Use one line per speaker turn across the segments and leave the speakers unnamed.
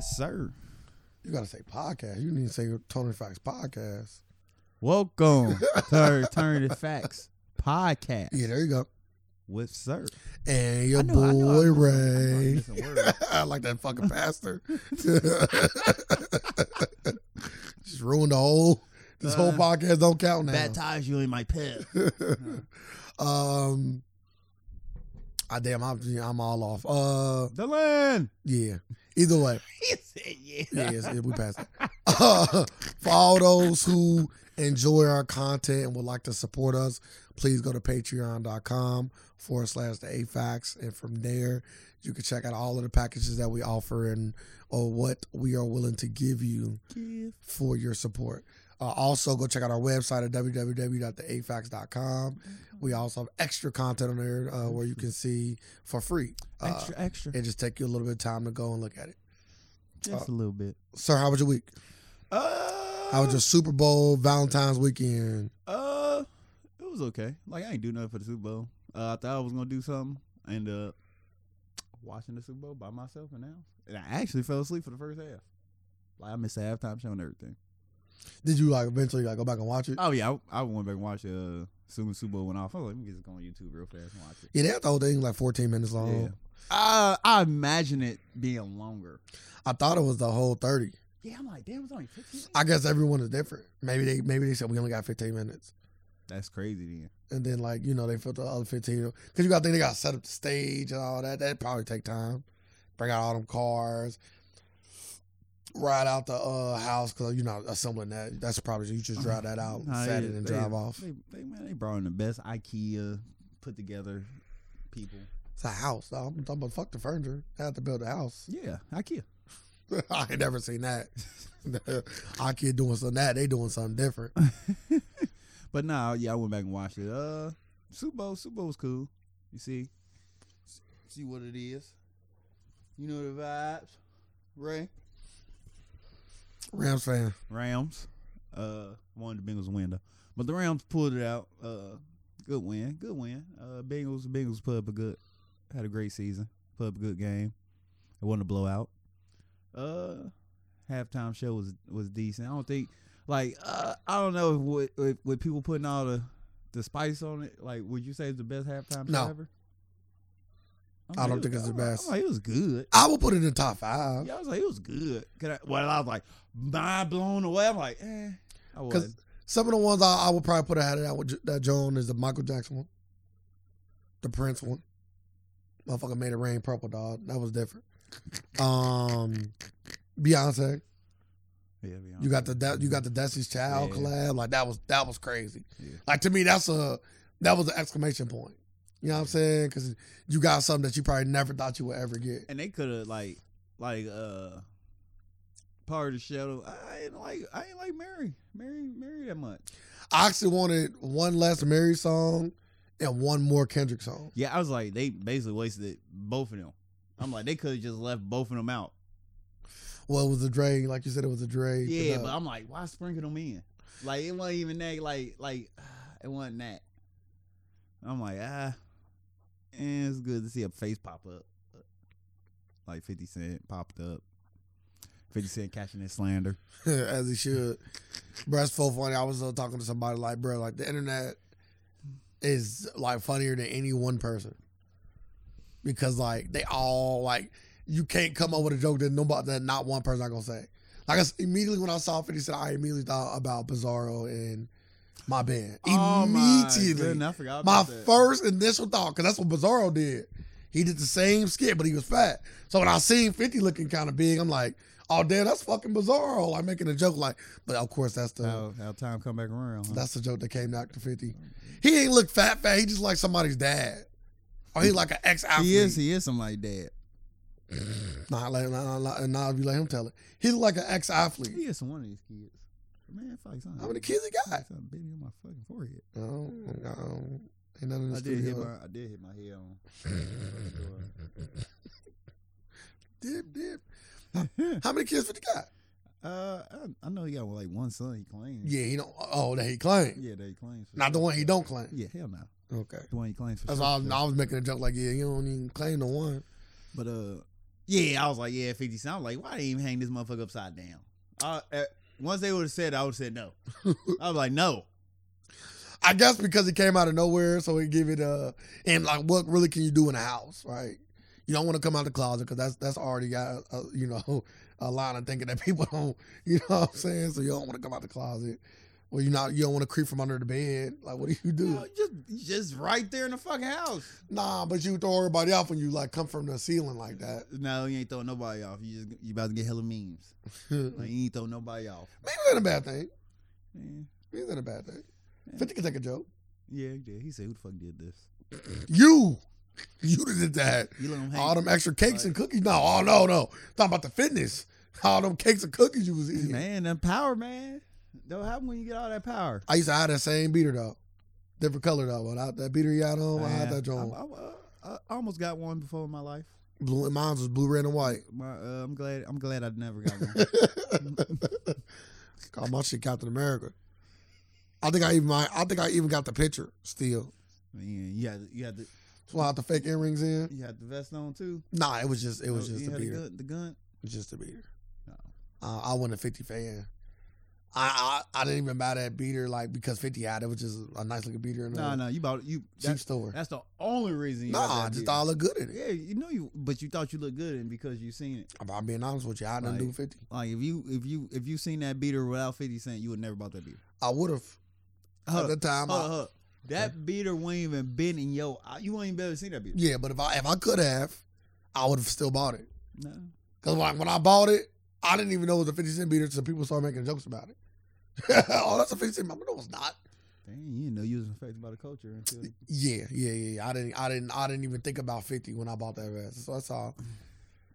sir.
You gotta say podcast. You need to say Tony Fox podcast.
Welcome to Alternative Facts Podcast
Yeah, there you go.
with Sir.
And your
I know- I know I
boy
was
Ray.
missing- I know I was missing words.
I like that fucking pastor. Just ruined the whole. This whole
Uh,
podcast don't count now.
Baptize you in my pit.
um, I damn, I'm, I'm all off. Uh,
Dylan.
yeah. Either way,
He said, yeah.
yeah, yes, yeah, we passed it. Uh, for all those who enjoy our content and would like to support us, please go to patreon.com forward slash the AFAX. And from there, you can check out all of the packages that we offer and or what we are willing to give you for your support. Uh, also, go check out our website at www.theafax.com. We also have extra content on there uh, where you can see for free. Uh,
Extra, extra.
It just take you a little bit of time to go and look at it.
Just a little bit.
Sir, how was your week?
Uh,
How was your Super Bowl Valentine's weekend?
Uh, it was okay. Like I ain't do nothing for the Super Bowl. Uh, I thought I was gonna do something. I ended up watching the Super Bowl by myself and now, and I actually fell asleep for the first half. Like I missed the halftime show and everything.
Did you like eventually like go back and watch it?
Oh yeah, I, I went back and watched uh soon as Super Bowl went off. I was like, let me just go on YouTube real fast and watch it.
Yeah, they had the whole thing like 14 minutes long.
Yeah. Uh, I imagine it being longer.
I thought it was the whole 30.
Yeah, I'm like, damn, it was only 15.
I guess everyone is different. Maybe they maybe they said we only got 15 minutes.
That's crazy. Then
And then like, you know, they filled the other 15 cuz you got to think they got to set up the stage and all that. That probably take time. Bring out all them cars. Ride out the uh, house cuz you know assembling that. That's probably you just drive that out,
Nah,
set
Uh, yeah,
it and
they-
drive off.
They, they man, they brought in the best IKEA put together people.
It's a house. though. I'm talking about fuck the furniture. I had to build a house.
Yeah, IKEA.
I ain't never seen that. I kid doing something that they doing something different.
But nah, yeah, I went back and watched it. Uh, Super Bowl, Super Bowl was cool. You see, see what it is. You know the vibes, Ray.
Rams fan.
Rams. Uh, wanted the Bengals to win though, but the Rams pulled it out. Uh, good win, good win. Uh, Bengals, Bengals put up a good, had a great season. Put up a good game. It wasn't a blowout. Uh, halftime show was was decent. I don't think like uh, I don't know if with, if with people putting all the the spice on it. Like, would you say it's the best halftime
No.
show ever? I'm
I don't
it
think
was-
it's the
I'm like-
best.
I'm like, it was good.
I will put it in the top five.
Yeah, I was like, it was good. Could I, well, I was like, mind blown away. I'm like, eh. I was.
Some of the ones I, I would probably put ahead of that, one- that Joan is the Michael Jackson one, the Prince one. Motherfucker made it rain purple, dog. That was different. Um, Beyonce,
Yeah, be honest.
you got the De- you got the Destiny's Child
Yeah.
collab. Like that was that was crazy.
Yeah.
Like to me, that's a that was an exclamation point. You know what I'm saying? Because you got something that you probably never thought you would ever get.
And they could have like, like, uh, part of the shadow. I ain't like, I ain't like Mary, Mary, Mary that much.
I actually wanted one less Mary song and one more Kendrick song.
Yeah, I was like, they basically wasted both of them. I'm like, they could have just left both of them out.
Well, it was a Dre, like you said, it was a Dre.
Yeah,
uh,
but I'm like, why sprinkle them in? Like it wasn't even that. Like like it wasn't that. I'm like ah, and it's good to see a face pop up. Like Fifty Cent popped up. Fifty Cent catching his slander.
as he should. Bro, that's so funny. I was uh, talking to somebody like, bro, like the internet is like funnier than any one person because like they all like you can't come up with a joke that nobody that not one person I gonna say. Like I s immediately when I saw Fifty Cent, I immediately thought about Bizarro and my band.
Oh my
immediately,
goodness, I forgot
my
about that.
first initial thought, because that's what Bizarro did. He did the same skit, but he was fat. So when I seen 50 looking kind of big, I'm like, oh damn, that's fucking Bizarro. Like making a joke like, but of course that's the
how, how time come back around. Huh?
that's the joke that came back to 50. He ain't look fat fat, he just like somebody's dad. Or he like an ex athlete.
he is. He is something like that.
Nah, let, nah, nah, nah, if you let him tell it. He look like an ex athlete.
He is one of these kids. Man, fuck something.
How many kids he got?
Something big on my fucking forehead.
I don't, I don't, ain't none in the
I did hit
studio.
my. I did hit my head on.
Dip, dip. How many kids 50 got?
uh, I, I know he got like one son. He claims.
Yeah, he don't. Oh, that he claimed.
Yeah, they claims. for
Not the
sure.
one he don't claim.
Yeah, hell no.
Okay.
The one he claims for
That's
sure.
all. I was making a joke like, yeah, you don't even claim the one.
But uh, Yeah, I was like, yeah, 50 cent. I was like, why they even hang this motherfucker upside down? Uh, uh, once they would have said, it, I would have said no. I was like, no.
I guess because it came out of nowhere, so it give it a and like what really can you do in a house, right? You don't want to come out the closet because that's that's already got a, you know a line of thinking that people don't, you know what I'm saying. So you don't want to come out the closet, or you not you don't want to creep from under the bed. Like what do you do?
No, Uh, just, just right there in the fucking house.
Nah, but you throw everybody off when you like come from the ceiling like that.
No, you ain't throwing nobody off. You just you about to get hella memes. Like,
Maybe
you ain't throwing nobody off.
it's not a bad thing.
Yeah,
Maybe it's not a bad thing. Fifty can take a joke.
yeah, he did. He said, who the fuck did this?
You, you did that.
You let him hang.
All them extra cakes and cookies. No, oh no, no. Talking about the fitness. All them cakes and cookies you was eating.
man, that power, man. Don't happen when you get all that power.
I used to have that same beater though. Different color though. When I, that beater you had on, Oh, I had
Man,
that joint.
I, I- I almost got one before in my life.
Blue and mine was blue, red, and white.
My, uh, I'm glad. I'm glad I never got one.
Call my shit Captain America. I think I even my, I think I even got the picture still.
Man, you had you had the
So I had the fake earrings in.
you had the vest on too.
Nah, it was just it was
Oh,
just
you
the
had the
beater. It
gun. The gun.
was just the beater.
No.
Uh, I wasn't a fifty fan. I, I I didn't even buy that beater like because fifty had it was just a nice looking beater in the
No, no, you bought you.
cheap
That,
store.
that's the only reason. You
Nah,
got
I
that
just
beard.
thought I looked good in it.
Yeah, you know you, but you thought you looked good, and because you seen it,
If I'm being honest with you, I didn't do
Like-
50.
like if you if you if you seen that beater without Fifty Cent, you would never bought that beater.
I would have. At
Hold
the
up,
time,
hold
I-
up, hold up. That beater wouldn't even been in your. eye. You wouldn't even be able to see that beater.
yeah, but if I if I could have, I would have still bought it.
No,
Cause like when I bought it, I didn't even know it was a 50 cent beater, so people started making jokes about it. oh, that's a 50 cent. beater. No, it's not.
dang, you didn't know you was affected by the culture until.
Yeah, yeah, yeah. yeah. I didn't, I didn't, I didn't even think about 50 when I bought that vest. So that's all.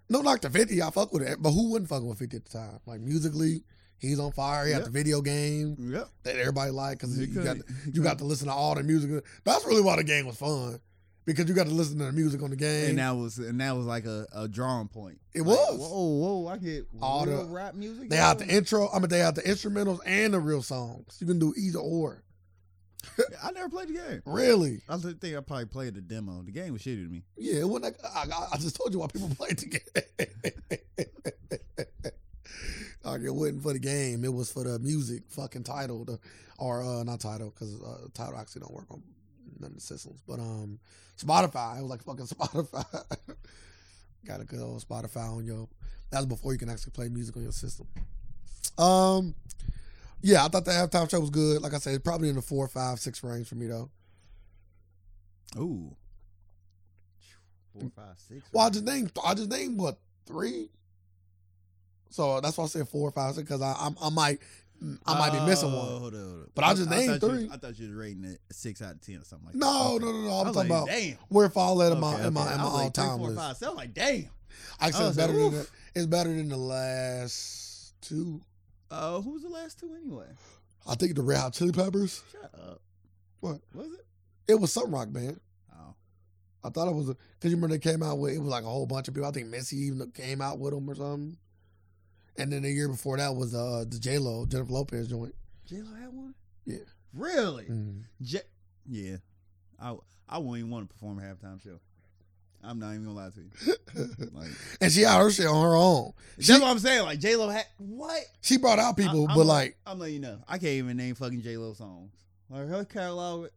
No, like the 50, I fuck with it, but who wouldn't fuck with 50 at the time? Like musically, he's on fire. He had
Yeah.
the video game
Yep,
that everybody liked because you got
He
You got
couldn't.
to listen to all the music. That's really why the game was fun. Because you got to listen to the music on the game.
And that was and that was like a, a drawing point.
It
Like,
was.
Whoa, whoa! I get
All
all
the-
the rap music.
they
now?
had the intro. I mean, they had the instrumentals and the real songs. You can do either or.
I never played the game.
Really?
I think I probably played the demo. The game was shitty to me.
Yeah. It wasn't like, I, I- I just told you why people played the game. like it wasn't for the game. It was for the music. Fucking title, the, or uh, not title, because uh, title actually don't work on none of the systems. But um, Spotify. It was like fucking Spotify. Got a good old Spotify on your. That was before you can actually play music on your system. Um, yeah, I thought the halftime show was good. Like I said, probably in the four, five, six range for me though.
Ooh. Four, five, six.
Well, I just named I just named what three. So that's why I said four or five because I I'm, I might I might be missing
Oh,
one.
hold up, hold up.
But I just named
thought you-
three.
I thought you were rating it six out of ten or something like that.
No,
Okay.
no, no, no.
I
I'm
was
talking
like,
about
damn.
where if I let in my
Okay,
in my
okay.
in
I
my
was
all
like, three,
time
four,
list.
five, seven. Like, damn. I
Actually, it's
was
better
like,
than
oof.
the, it's better than the last two.
Uh, who was the last two anyway?
I think the Red Hot Chili Peppers.
Shut up.
What?
was it?
It was some rock band.
Oh,
I thought it was because you remember they came out with it was like a whole bunch of people. I think Missy even came out with them or something. And then the year before that was uh, the J Lo Jennifer Lopez joint.
J Lo had one.
Yeah.
Really?
Mm.
J- yeah. I I wouldn't even want to perform a halftime show. I'm not even gonna lie to you. Like,
and she had her shit on her own. She,
that's what I'm saying. Like J Lo had what?
she brought out people,
I- I'm
but like,
I'm letting you know, I can't even name fucking J Lo songs. Like her catalog,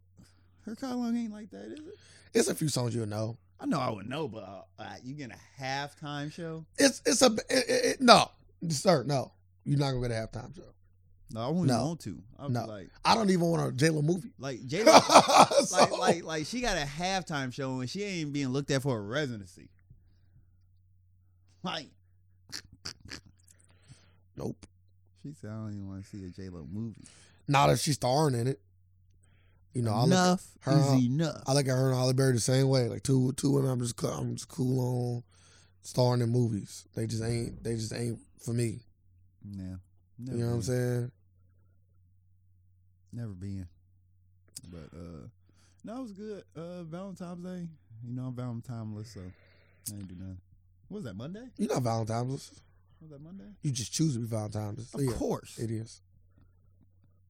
her catalog ain't like that, is it?
it's a few songs you'll know.
I know I would know, but uh, uh, you getting a halftime show?
It's it's a it, it, it- no, sir, no. You're not gonna get a halftime show.
No, I wouldn't
No.
even want to. I'm
No.
like,
I don't even want a J Lo movie.
like J Lo, like,
So-
like, like she got a halftime show and she ain't even being looked at for a residency. Like
nope.
she said, I don't even want to see a J Lo movie.
Not if she's starring in it. You know, I look,
enough
her
is
up.
enough.
I look at her and Holly Berry the same way. Like two two women, I'm just co- I'm just cool on starring in movies. They just ain't they just ain't for me.
yeah, never
You know what I'm
been.
saying?
Never been. But uh no, it was good. Uh Valentine's Day. You know I'm Valentineless, so I ain't do nothing. What was that Monday?
You're not Valentine's.
Was that Monday?
You just choose to be Valentine's.
Of
Oh, Yeah.
course.
It is.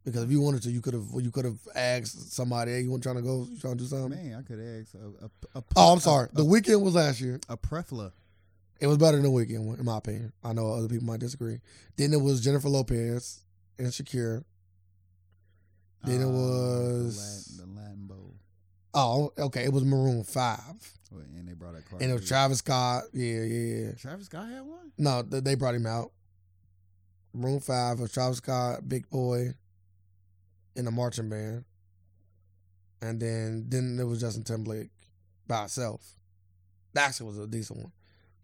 Because if you wanted to, you could have you could have asked somebody, "Hey, you want trying to go? You trying to do something?"
Man, I could ask a, a, a
um, Oh, I'm sorry.
A,
the weekend was last year.
a, a prefla.
It was better than the weekend one, in my opinion. I know other people might disagree. Then it was Jennifer Lopez and Shakira. Then it
Uh,
was-
the Latin, the Latin Bowl,
Oh, okay. It was Maroon Five,
Wait, and they brought that car.
and it was Travis Scott. Yeah, yeah. yeah.
Travis Scott had one.
No, th- they brought him out. Maroon Five was Travis Scott, Big Boy, and the marching band. And then then it was Justin Timberlake by itself. That actually was a decent one.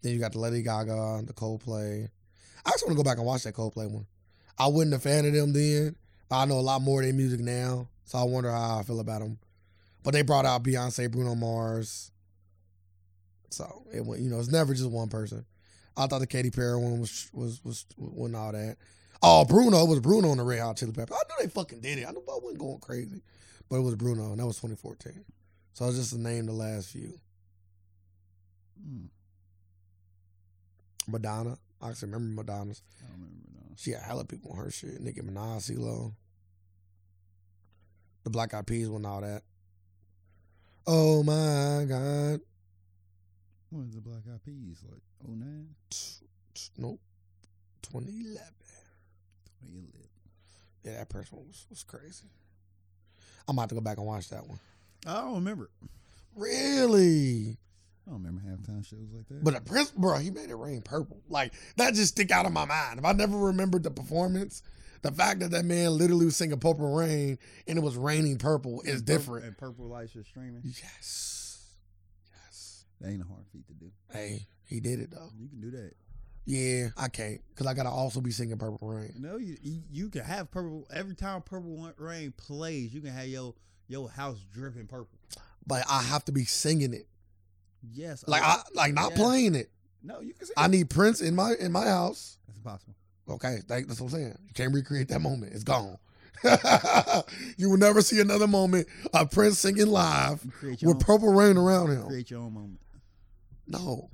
Then you got the Lady Gaga, the Coldplay. I just want to go back and watch that Coldplay one. I wasn't a fan of them then, but I know a lot more of their music now, so I wonder how I feel about them. But they brought out Beyonce, Bruno Mars. So it went, you know, it's never just one person. I thought the Katy Perry one was was was wasn't all that. Oh, Bruno it was Bruno on the Red Hot Chili Pepper. I knew they fucking did it. I knew I wasn't going crazy, but it was Bruno, and that was 2014. So I was just to name the last few.
Hmm,
Madonna, I actually remember Madonna's.
I don't remember. Though.
She had hella people on her shit. Nicki Minaj, CeeLo. The Black Eyed Peas one, all that. Oh my God!
When was the Black Eyed Peas like? Oh nine,
Nope, 2011.
twenty eleven.
Yeah, that person was was crazy. I'm about to go back and watch that one.
I don't remember.
Really?
I don't remember halftime shows like that.
But the Prince, bro, he made it rain purple. Like that just stick out of my mind. If I never remembered the performance, the fact that that man literally was singing "Purple Rain" and it was raining purple is
And pur-
different.
And purple lights are streaming.
Yes, yes.
That ain't a hard feat to do.
Hey, he did it though.
You can do that.
Yeah, I can't because I gotta also be singing "Purple Rain."
No, you you you can have purple every time purple rain plays. You can have your your house dripping purple.
But I have to be singing it,
Yes,
like I like not
Yeah.
playing it.
no, you can see.
I need Prince in my in my house.
That's impossible.
Okay, like, that's what I'm saying. You can't recreate that moment. It's gone. you will never see another moment of Prince singing live
You create your
with
own,
purple rain around him.
create your own moment.
No,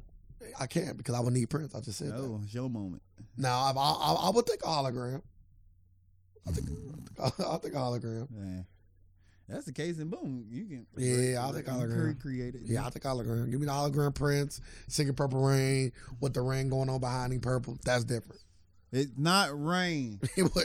I can't because I would need Prince. I just said that.
No, it's your moment.
Now I, I, I would take a hologram. I think, I think a hologram.
Yeah. That's the case, and boom, you can.
Yeah, I think I
you
agree.
cre- create it.
Yeah, I think hologram. Give me the hologram Prince singing Purple Rain with the rain going on behind him. Purple. That's different.
it's not rain.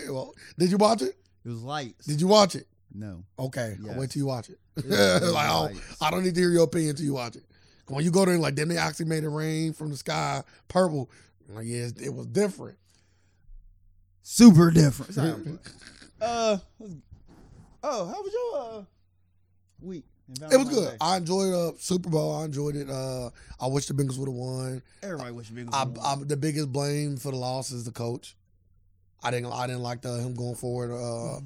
well, did you watch it?
It was lights.
Did you watch it?
no,
Okay, I'll wait
Yes.
till you watch it.
It was
like, oh, I don't,
lights.
I don't need to hear your opinion until you watch it. 'Cause When you go there, like, then they actually made it rain from the sky, purple. I'm Like, yeah, it was different.
super different. Sorry. uh, let's- oh, how was your uh week? in
It was
Valentine's
good.
Day?
I enjoyed uh, Super Bowl. I enjoyed it. Uh, I wish the Bengals would have won.
Everybody wish big.
I, I, the biggest blame for the loss is the coach. I didn't. I didn't like the, him going forward uh,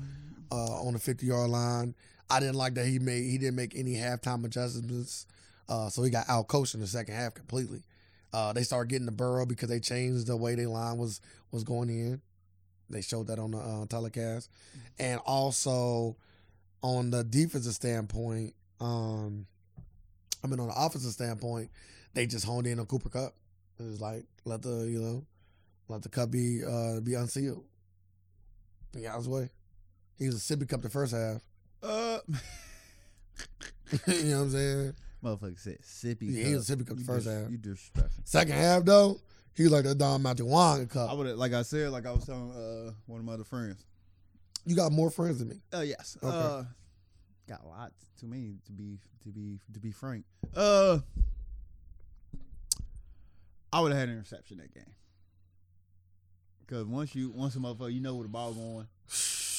uh, on the fifty yard line. I didn't like that he made. He didn't make any halftime adjustments. Uh, so he got out coached in the second half completely. Uh, they started getting the burrow because they changed the way their line was was going in. They showed that on the uh, telecast, and also on the defensive standpoint. Um, I mean, on the offensive standpoint, they just honed in on Cooper Cup. It was like let the you know let the cup be uh, be unsealed. Be out his way. He was a sippy cup the first half.
uh,
you know what I'm saying?
motherfucker said sippy.
Yeah, he was
cup.
sippy cup the
You
first
dis-
half.
You disrespectful.
Second half though, he was like the Don Matuanga
I
cup.
would have, like I said, like I was telling uh one of my other friends.
You got more friends than me.
Oh yes.
Okay.
Uh, got lots too many to be to be to be frank. Uh, I would have had an interception that game. Cause once you once a motherfucker, you know where the ball going.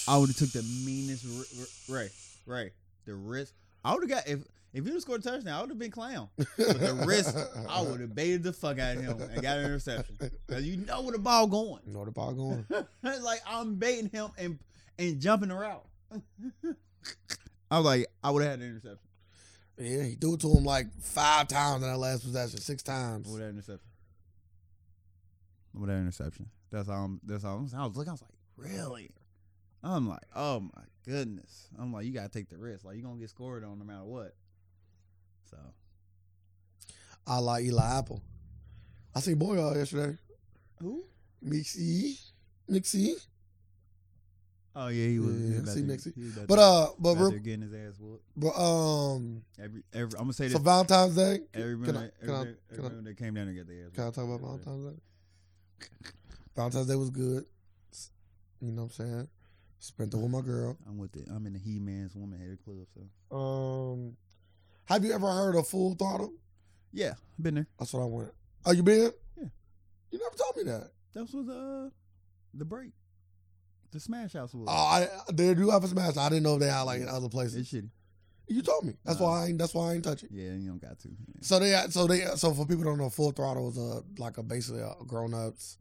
I would have took the meanest r- r- Ray Ray the risk. I would have got if if you scored a touchdown, I would have been clown. But the risk, I would have baited the fuck out of him and got an interception. Cause you know where the ball going.
You know the ball going.
like I'm baiting him and and jumping her out. I was like, I would have had an interception.
Yeah, he threw it to him like five times in that last possession, six times.
I would have had an interception. I would have had an interception. That's all. I'm, that's all. I'm, I was looking. I was like, really? I'm like, oh my goodness. I'm like, you gotta take the risk. Like you're gonna get scored on no matter what. So
I like Eli Apple. I seen Boyle yesterday.
who?
Mixie, Mixie.
Oh yeah, he was.
Yeah,
he was about
see
to-
next week.
he was about
But
to-
uh, but
about
real,
to getting his ass whooped.
but um,
Every, every, I'm gonna say this.
so Valentine's Day.
every
can I-
everyone,
can I-
everyone,
can I-
everyone that came down and got their ass.
Can I
whooped.
talk about Valentine's Day? Valentine's Day was good. S- You know what I'm saying? Spent it with my girl.
I'm with it. I'm in the He Man's Woman Hated Club. So
Um, have you ever heard of Full Throttle?
yeah, been there.
That's what I went. Are you been?
Yeah.
You never told me that.
That was uh the break, the Smash House was.
Oh, I, they do have a smash. I didn't know they had like in other places.
it's shitty.
You told me. That's
Nah.
why I ain't. That's why I ain't touch it.
Yeah, you don't got to.
So they. So they. So for people who don't know, Full Throttle is a like a basically a grown ups,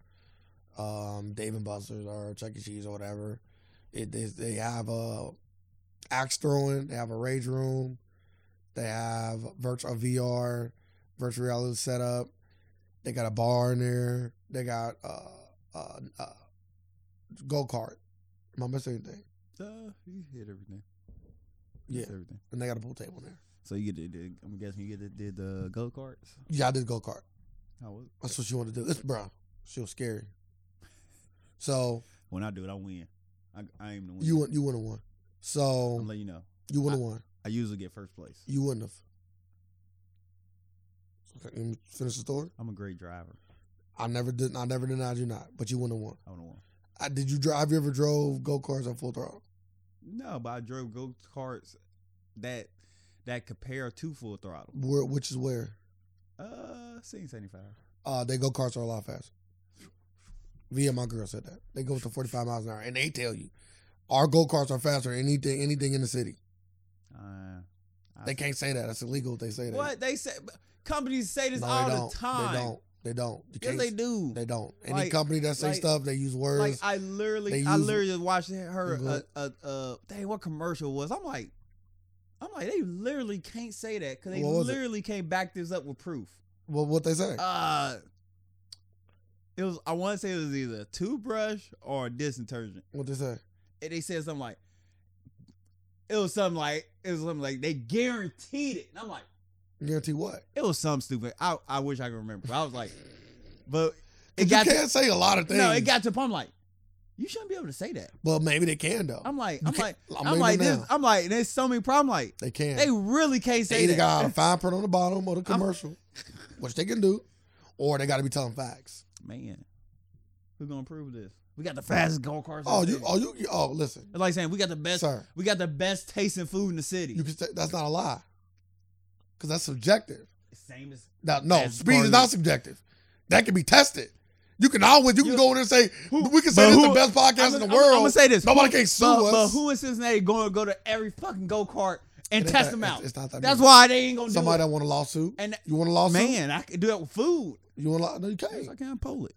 um, Dave and Buster's or Chuck E. Cheese or whatever. It is. They have a axe throwing. They have a rage room. They have virtual VR, virtual reality setup. They got a bar in there. They got uh, uh, uh, go kart. Am I missing anything?
Uh, you hit everything.
Yeah.
It's everything.
And they got a pool table in there.
So you did. the- I'm guessing you did, did the go karts.
Yeah, I did go kart.
How was it?
That's what she wanted to do. It's bro. She was scary. So
When I do it, I win. I, I aim to win.
you wouldn't you wouldn't have won.
I'm
So
letting you know.
you wouldn't have won.
I usually get first place.
You wouldn't have. Okay, let me finish the story.
I'm a great driver.
I never did. I never denied you not, but you wouldn't have won.
I don't want.
I, did you drive? You ever drove go karts on full throttle?
No, but I drove go karts that that compare to full throttle.
Where, which is where
Uh, seen seventy five.
uh, they go karts are a lot faster. Via my girl said that they go up to forty five miles an hour, and they tell you our go karts are faster. Than anything, anything in the city,
Uh, I
they
see.
can't say that. That's illegal. if They say that.
What they say? Companies say this
No,
all
they don't.
the time.
They don't. They don't. You
Yes,
can't-
they do.
They don't. Any
Like-
company that say
like-
stuff, they use words.
Like I literally,
They
I
use-
literally watched her.
They
Uh,
go-
uh, uh, dang, what commercial it was? I'm like, I'm like, they literally can't say that because they
What was it?
literally can't back this up with proof.
well, what they say?
Uh, it was. I want to say it was either a toothbrush or a dish detergent,
what they say?
and they said something like, it was something like, it was something like they guaranteed it, and I'm like,
Guarantee what?
it was something stupid. I I wish I could remember. I was like, but it
It
got
you
to,
can't say a lot of things.
no, it got to the point. I'm like, you shouldn't be able to say that.
But maybe they can though.
I'm like,
You
I'm
can't-
like.
I
I'm
mean,
like
now,
this. I'm like there's so many problems. Like
They can.
they
They,
really can't say
either
that.
got a fine print on the bottom of the
I'm-
commercial, which they can do, or they got to be telling facts.
Man, who's gonna prove this? We got the fastest go karts.
Oh,
in the
you,
city.
oh, you, you- oh, listen,
It's like saying we got the best.
sir,
We got the best tasting food in the city.
you can say that's not a lie, because that's subjective.
Same as
Now, no,
That's
speed
part
is
of
not
it.
subjective. That can be tested. You can always you can
You-
go in there and say
Who-
we can say
but
this is the
who-
best podcast in the
I'm,
world.
gonna say this.
Nobody can sue
but,
us.
but who in Cincinnati going to go to every fucking go kart and
It ain't
test
that-
them
it's-
out?
It's not that.
That's
many.
why they ain't gonna
Somebody Oh,
do it.
that want a lawsuit.
And
You want a lawsuit?
man, I can do that with food.
You want a law? No, you
Yes,
can't.
I can poll it.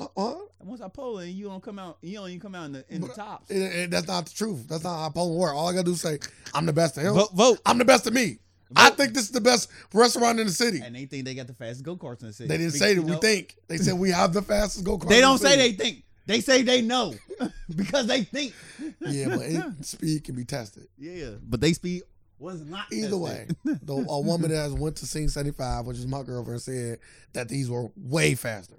Uh-uh.
And once I poll it, you don't come out. You don't even come out in the in the
But-
tops.
It- it- that's not the truth. That's not how polling work. All I gotta do is say I'm the best of him.
Vote, vote.
I'm the best of me. I
Vote.
think this is the best restaurant in the city.
And they think they got the fastest go karts in the city.
They didn't
Be-
say that.
you
We
know,
think they said we have the fastest go kart.
They don't say they think. They say they know because they think.
Yeah, but it, speed can be tested.
yeah, but they speed was not.
Either
tested.
way, the, a woman that has went to scene 75, which is my girlfriend, said that these were way faster.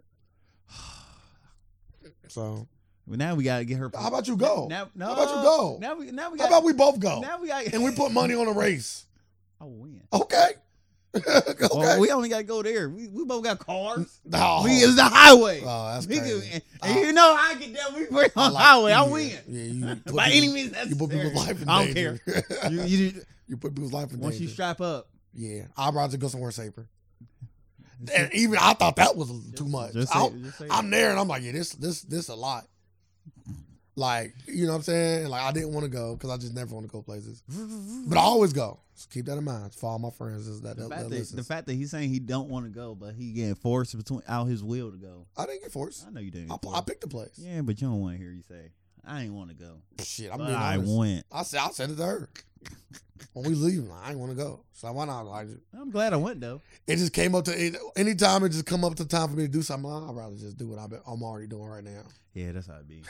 So
Well, now we gotta get her.
how about you go?
Now, no,
How about you go?
Now we. Now we.
how
Got,
about we both go?
Now we got.
and we put money on a race.
I win.
Okay. okay.
Well, we only gotta go there. We, we both got cars.
no.
We is the highway.
oh, that's
We
crazy.
can- and, and
Oh.
you know I get that. We work
I
on
like-
highway. I
yeah,
win
Yeah, you put
by any
people,
means
you put
necessary.
people's life in
I don't
danger.
care.
you,
You, you just,
put people's life in
once
danger.
you strap up,
yeah, I'd rather go somewhere safer. And even I thought that was too much.
Just
I'll-
say, just say
I'm there and I'm like, yeah, this this this a lot. Like, you know what I'm saying? Like I didn't want to go because I just never want to go places. But I always go. So keep that in mind. For all my friends is that,
the fact,
that, that
that, the
listens.
fact that he's saying he don't want to go, but he getting forced between out his will to go.
I didn't get forced.
I know you didn't.
I, I picked the place.
yeah, but you don't want to hear you say I ain't want to go.
Shit, I'm
But
being
I
honest.
went.
I said I said it to her. when we leave, I ain't want to go. So why not? Like
I'm glad I went though.
it just came up to it, anytime it just come up to time for me to do something. I'd rather just do what I've been, I'm already doing right now.
Yeah, that's how it be.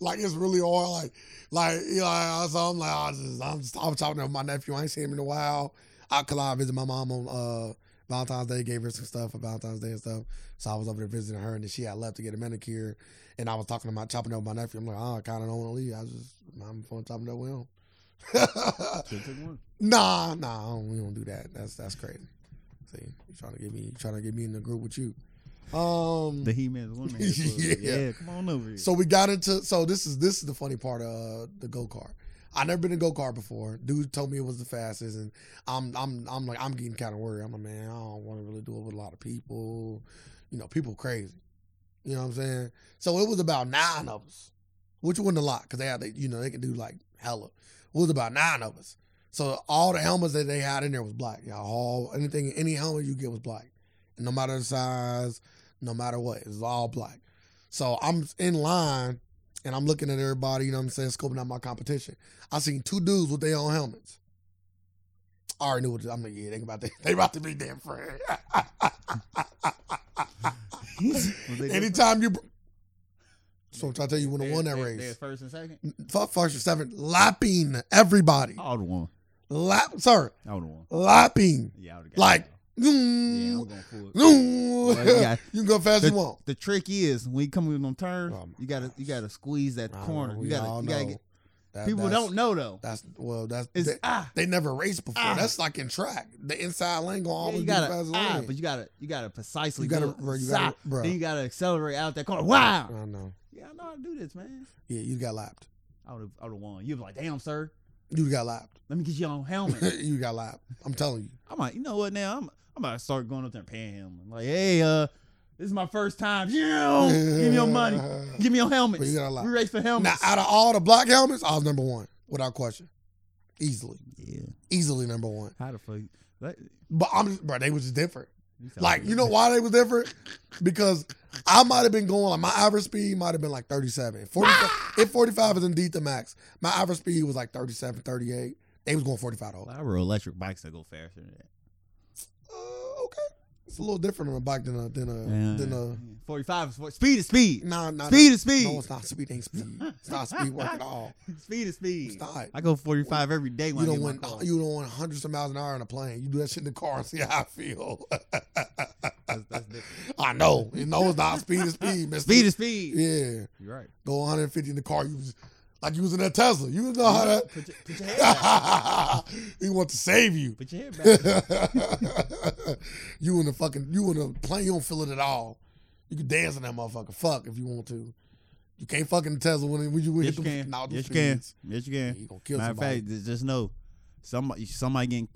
like it's really hard. Like, like you know, I- so I'm like, I just, I'm, just, I'm talking to my nephew. I ain't seen him in a while. I cause I visit my mom on uh, Valentine's Day gave her some stuff for Valentine's Day and stuff. So I was over there visiting her, and then she had left to get a manicure. And I was talking to my chopping up with my nephew. I'm like, oh, I kind of don't want to leave. I was just I'm phone chopping up with him.
Should've took one.
nah, nah, I don't, we don't do that. That's that's crazy. See, you trying to get me, you trying to get me in the group with you. Um,
The He Man's one man. club.
Yeah.
yeah. come on over here.
so we got into so this is this is the funny part of uh, the go kart. I never been to go kart before. Dude told me it was the fastest, and I'm I'm I'm like I'm getting kind of worried. I'm like, man, I don't want to really do it with a lot of people. You know, people crazy. You know what I'm saying? So it was about nine of us, which wasn't a lot because they had they, you know they could do like hella. It was about nine of us. So all the helmets that they had in there was black. Y'all all anything any helmet you get was black, no matter the size, no matter what, it was all black. So I'm in line and I'm looking at everybody, you know what I'm saying, scoping out my competition. I seen two dudes with their own helmets. I already knew what I'm like, yeah, they about to they about to be damn friend.
Was they different?
Anytime you So I'm trying to tell you when I won that
They- they-
race.
they First and second?
Fuck first and seventh, lapping everybody.
I would have won.
Lap sir,
I would have won.
lapping.
Yeah, I would have
Like-
Yeah, I'm
Mm,
going for it.
mm.
Well, you got-
you can go fast as you want.
The trick is when you come in on turns,
Oh, my
you gotta you gotta squeeze that corner. You
We
gotta
all
you gotta
know
get
that-
people
that's-
don't know though.
That's well. That's
It's
they,
ah,
they never raced before.
Ah.
That's like in track. The inside lane gonna
yeah,
always
you
be
gotta
fast
ah,
lane.
but you gotta you gotta precisely
you gotta,
do it.
bro, you
Stop.
gotta, bro.
Then you gotta accelerate out that corner. Wow.
I know.
Yeah, I know how to do this, man.
Yeah, you got lapped.
I would have I would have won. You'd be like, damn, sir,
You got lapped.
let me get you on helmet.
you got lapped. I'm telling you.
I'm like, you know what now? I'm I'm about to start going up there and paying him. Like, hey, uh, this is my first time. Yeah, give me your money. Give me your helmet.
But you gotta lie.
We race for
Now,
helmets.
out of all the black helmets, I was number one without question, easily,
yeah.
easily number one.
How the fuck? That,
But I'm, just, bro, they was just different.
you sound
Like, you know why they was different? Because I might have been going, like, my average speed might have been like 37.
Ah!
45, if 45 is indeed the max, my average speed was like 37, 38. They was going 45 the whole time.
I rode electric bikes that go faster than that.
Uh, okay. It's a little different on a bike than a, than a, than a,
Forty-five is for, speed is speed.
nah, nah.
Speed is
nah.
speed.
No, it's not speed. Ain't speed. It's not speed work at all.
speed is speed.
It's not.
I go forty-five every day
You
when I
don't
get
want
my car.
you don't want hundreds of miles an hour on a plane. You do that shit in the car and see how I feel.
That's, that's different.
I know. You know it's not speed is speed, Mister.
Speed is speed.
Yeah.
You're right.
go 150 in the car. You was like you was in that Tesla. You know how
Put your, put your head back.
that. he want to save you.
Put your head back.
you in the fucking you in the plane. You don't feel it at all. You can dance in that motherfucker. Fuck if you want to. You can't fucking Tesla when when you when
Yes, you
hit them.
can.
nah, them
Yes, you can.
speeds.
Yes, you can.
You gonna kill
Matter of
somebody.
fact, just, just know somebody somebody getting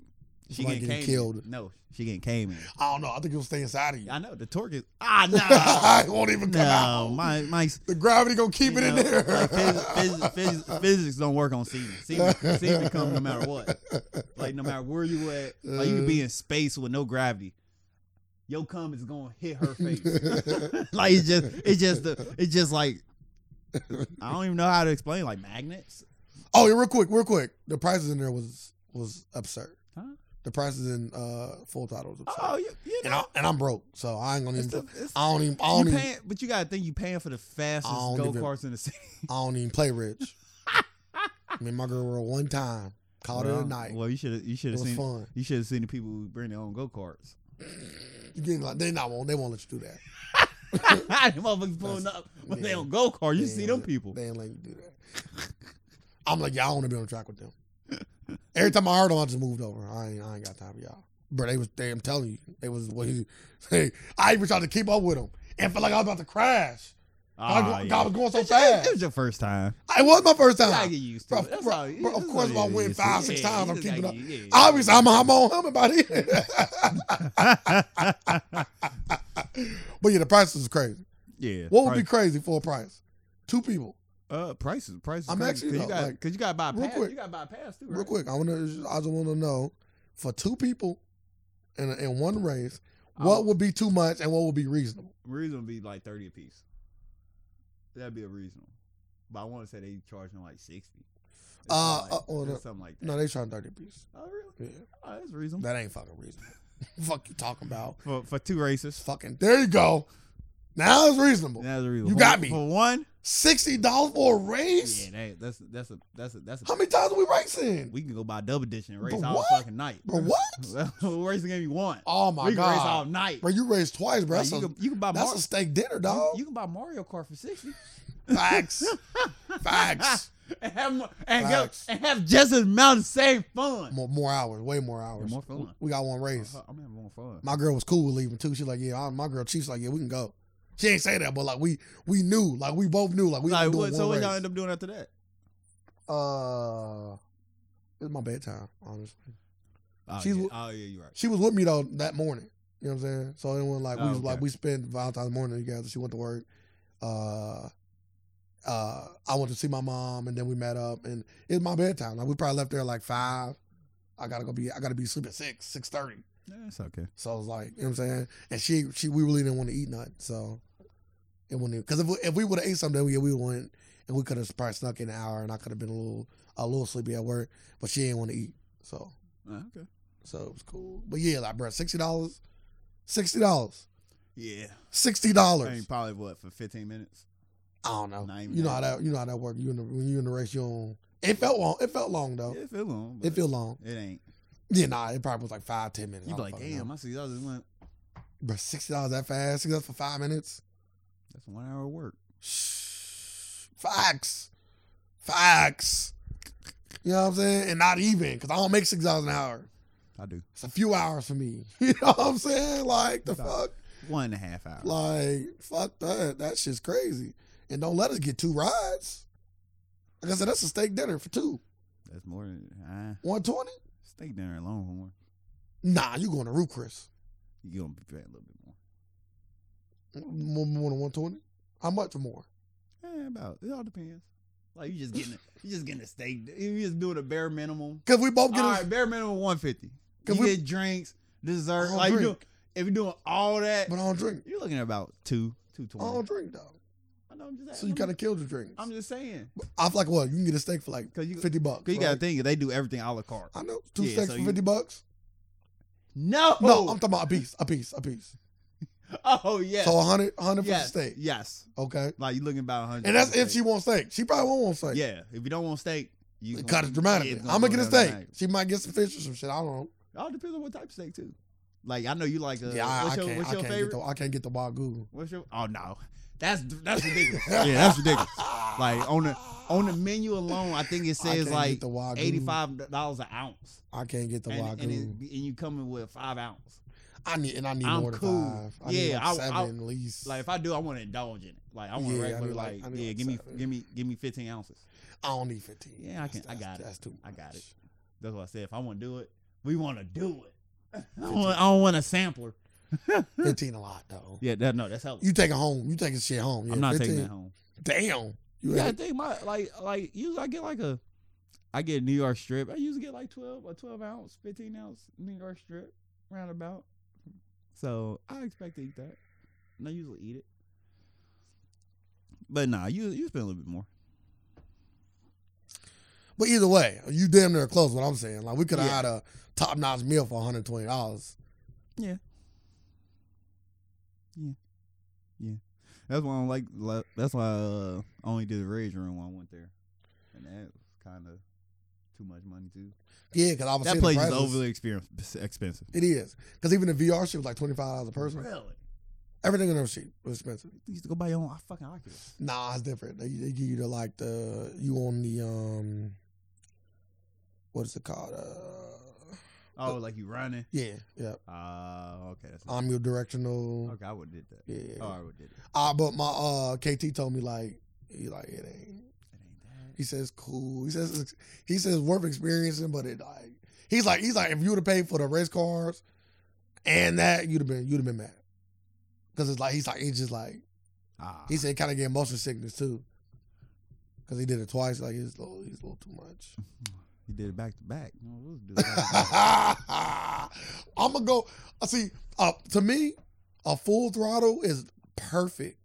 she
Somebody
getting,
getting
came in.
killed.
No, she getting came in.
I don't know. I think it'll stay inside of you.
I know the torque is ah no
it won't even come out.
no my my
the gravity gonna keep
you
it in
know,
there.
Like phys- phys- phys- physics don't work on semen. Semen, semen come no matter what. Like no matter where you at, like you could be in space with no gravity. Your cum is gonna hit her face. like it's just, it's just, the, it's just like I don't even know how to explain. Like magnets.
Oh, yeah, real quick, real quick. The prices in there was was absurd.
Huh?
The prices in uh full title was absurd.
Oh, you, you
and
know,
I and I'm broke, so I ain't gonna
it's
even.
the, it's,
I don't even. I
you
don't even,
paying, but you gotta think you paying for the fastest
I don't
go
even-
karts in the city.
I don't even play rich. I mean, my girl were one time. Called it
well,
a night.
Well, you should, you should
it
have
was
seen,
fun.
you should have seen the people who bring their own go karts.
You getting like they not won't they won't let you do that.
Them motherfuckers pulling
That's-
up with
yeah.
their own go kart. You
They
see
ain't
them
let-
people.
They ain't let you do that. I'm like, yeah, I don't want to be on track with them. Every time I heard them, I just moved over. I ain't, I ain't got time for y'all. But they was, they, I'm telling you, they was what he. Hey, I even tried to keep up with them and felt like I was about to crash. I,
Ah,
go-
yeah.
I was going so
It's your-
fast.
It was your first time.
It was my first
You gotta
time.
get used to
Bro,
it. That's
bro,
all-
bro,
that's
of course
all
if I
it
win
is.
five, six
Yeah,
times,
you
I'm
just gotta
keeping
get- yeah.
Obviously, I'm, I'm on him about it. but yeah, the price is crazy.
yeah.
What would be crazy for a price? Two people.
uh prices? Prices.
I'm
crazy,
actually
cause
though,
you got
like,
cause you got to buy a
real
pass.
quick.
You got to buy a pass too. Right?
Real quick, I want to. I just want to know for two people in in one race, what
Oh.
would be too much and what would be reasonable?
Reason would be like thirty a piece. That'd be a reasonable. But I want to say they charging like sixty. It's
Uh,
something
uh,
like,
oh,
it's
no.
something like that.
No, they trying thirty piece.
Oh really?
Yeah,
Oh, that's reasonable.
that ain't fucking reasonable. Fuck you talking about?
for for two races.
It's fucking. There you go. Now it's reasonable.
That's reasonable.
You
For-
got me.
for one.
Sixty dollars for a race?
Yeah, that, that's that's a that's a that's a.
How many times are we racing?
we can go buy double ditch and race
But
all
what?
fucking night.
Bro, what?
That's what race game you want.
Oh my
we can race all
god,
night.
bro! You raced twice, bro.
Like,
That's,
you,
a,
can, you can buy
that's
Mar-
a steak dinner,
you,
dog.
you can buy Mario Kart for sixty.
Facts, facts.
and have mo- and, go,
Facts.
and have just as amount of same fun.
More, more hours, way more hours.
more fun. Uh-huh.
We got one race.
I'm having more fun.
My girl was cool with leaving too. She's like, yeah, I, my girl Chief's like, yeah, we can go. She ain't say that, but like we we knew, like we both knew, like we
like,
were doing
what, so
one
what y'all
race.
end up doing after that?
Uh, it's my bedtime, honestly.
Oh,
She's
yeah.
w-
oh yeah, you're right.
She was with me though that morning. You know what I'm saying? So it was like we
Oh,
was
okay.
like we spent Valentine's morning together. She went to work. Uh, uh, I went to see my mom, and then we met up, and it's my bedtime. Like we probably left there at like five. I gotta go be. I gotta be asleep at six, six thirty.
Yeah, it's okay.
So I was like, you know what I'm saying? And she, she, we really didn't want to eat nothing. So it wouldn't because if we, if we would have ate something, yeah, we went and we could have probably snuck in an hour, and I could have been a little, a little sleepy at work, but she didn't want to eat. So,
Oh, okay.
so it was cool. But yeah, like, bro, sixty dollars, sixty dollars,
Yeah.
sixty
I mean,
dollars.
probably what for 15 minutes.
I don't know.
Not even
You know how
that.
that, you know how that work. You in the, when you in the race, you don't. It felt long. It felt long though.
Yeah, it feel long. but
Oh. it felt long.
It ain't.
Yeah, nah, it probably was like five, ten minutes.
You be
I don't
like,
fucking
damn,
know.
I see y'all just went.
bro, sixty dollars that fast? Sixty dollars for five minutes?
That's one hour of work.
Facts. Facts. You know what I'm saying? And not even, because I don't make six dollars an hour.
I do
It's a few hours for me. You know what I'm saying? Like the fuck?
one and a half hours.
Like, fuck that. That shit's crazy. And don't let us get two rides. Like I said, that's a steak dinner for two.
That's more than uh,
120?
steak dinner at Longhorn.
Nah, you going to Root Chris.
You gonna be paying a little bit more.
More, more than 120? How much more?
Yeah, Eh, about it all depends. Like you just getting a, you just getting a steak. You just doing a bare minimum.
Cause we both get
All
a-
right, bare minimum 150.
Cause
You
we-
get drinks, dessert.
I don't
Like you doing,
drink.
if you're doing all that,
but I don't drink.
you're looking at about two two
I don't
twenty.
drink though.
I know. I'm just
So you
asking.
kinda killed your drinks.
I'm just saying.
I feel like what? You can get a steak for like
'Cause you-
fifty bucks.
Cause you gotta
right?
think they do everything a la carte.
I know two
Yeah,
steaks
so
for
you- Oh.
fifty bucks.
No.
No, I'm talking about a piece, a piece, a piece.
oh yeah.
So a hundred, a hundred
yes.
for the steak.
Yes.
Okay,
Like you're looking about 100.
and that's
for
if she
steak.
wants steak. She probably won't want steak.
Yeah. If you don't want steak, you
It
gonna-
cut it dramatically.
yeah, it's
I'm gonna get a
go down
steak.
dramatic.
She might get some fish or some shit. I don't know.
It all depends on what type of steak too. Like I know you like. Uh,
yeah, I,
what's
I
your,
can't.
what's
I
your
can't
favorite?
get the. I can't get the wagyu.
What's your? Oh no, that's that's ridiculous. yeah, that's ridiculous. Like, on the- On the menu alone, I think it
I can't
says
get
like
the wagyu.
eighty-five dollars an ounce,
I can't get the
and,
wagyu.
and, it, and you coming with five ounce.
I need and I need
I'm
more than
cool.
five. I need
Yeah,
like
I- I-
seven at least.
Like if I do, I want to indulge in it. Like I want
Yeah,
to
I
regular.
need, like-
Like,
I need,
yeah,
like,
give me
seven.
give me give me fifteen ounces.
I don't need fifteen.
Yeah, I can- I
That's-
got it.
That's too.
I got
much.
it. That's what I said. If I want to do it, we want to do it. I don't want- I don't want a sampler.
Fifteen a lot though.
Yeah, that, no, that's how.
You take it home. You taking shit home. Yeah,
I'm not
15.
taking that home.
Damn. You
You gotta
had
think my like like usually I get like a I get New York strip. I usually get like twelve a twelve ounce, fifteen ounce New York strip roundabout. So I expect to eat that. And I usually eat it. But nah, you you spend a little bit more.
But either way, you damn near close. What I'm saying, like we could have
Yeah.
had a top notch meal for 120 dollars.
That's why I don't like like- that's why uh, I only did the rage room when I went there. And that was kinda too much money too.
Yeah, because I was
That
seeing the
place is
prices.
overly experien- expensive.
It is because even the VR shit was like 25 dollars a person.
Really?
Everything in those shit was expensive.
You used to go buy your own fucking Oculus.
Nah, it's different. They, they give you the like the you on the um, what is it called? Uh,
Oh, like you running.
yeah, yeah,
Uh, okay. That's
omnidirectional.
okay, I would did that.
Yeah,
Oh, I would did it.
Ah, but my uh KT told me like he like it ain't.
It ain't
He says cool. He says it's- he says worth experiencing, but it like he's like he's like if you would have paid for the race cars and that you'd have been you'd have been mad because it's like he's like it's just like
that. Ah,
he said kind of get motion sickness too because he did it twice. Like it's a little he's a little too much.
he did it back to back. No, let's do it back to back.
I'm gonna go. I see. Uh, to me, a full throttle is perfect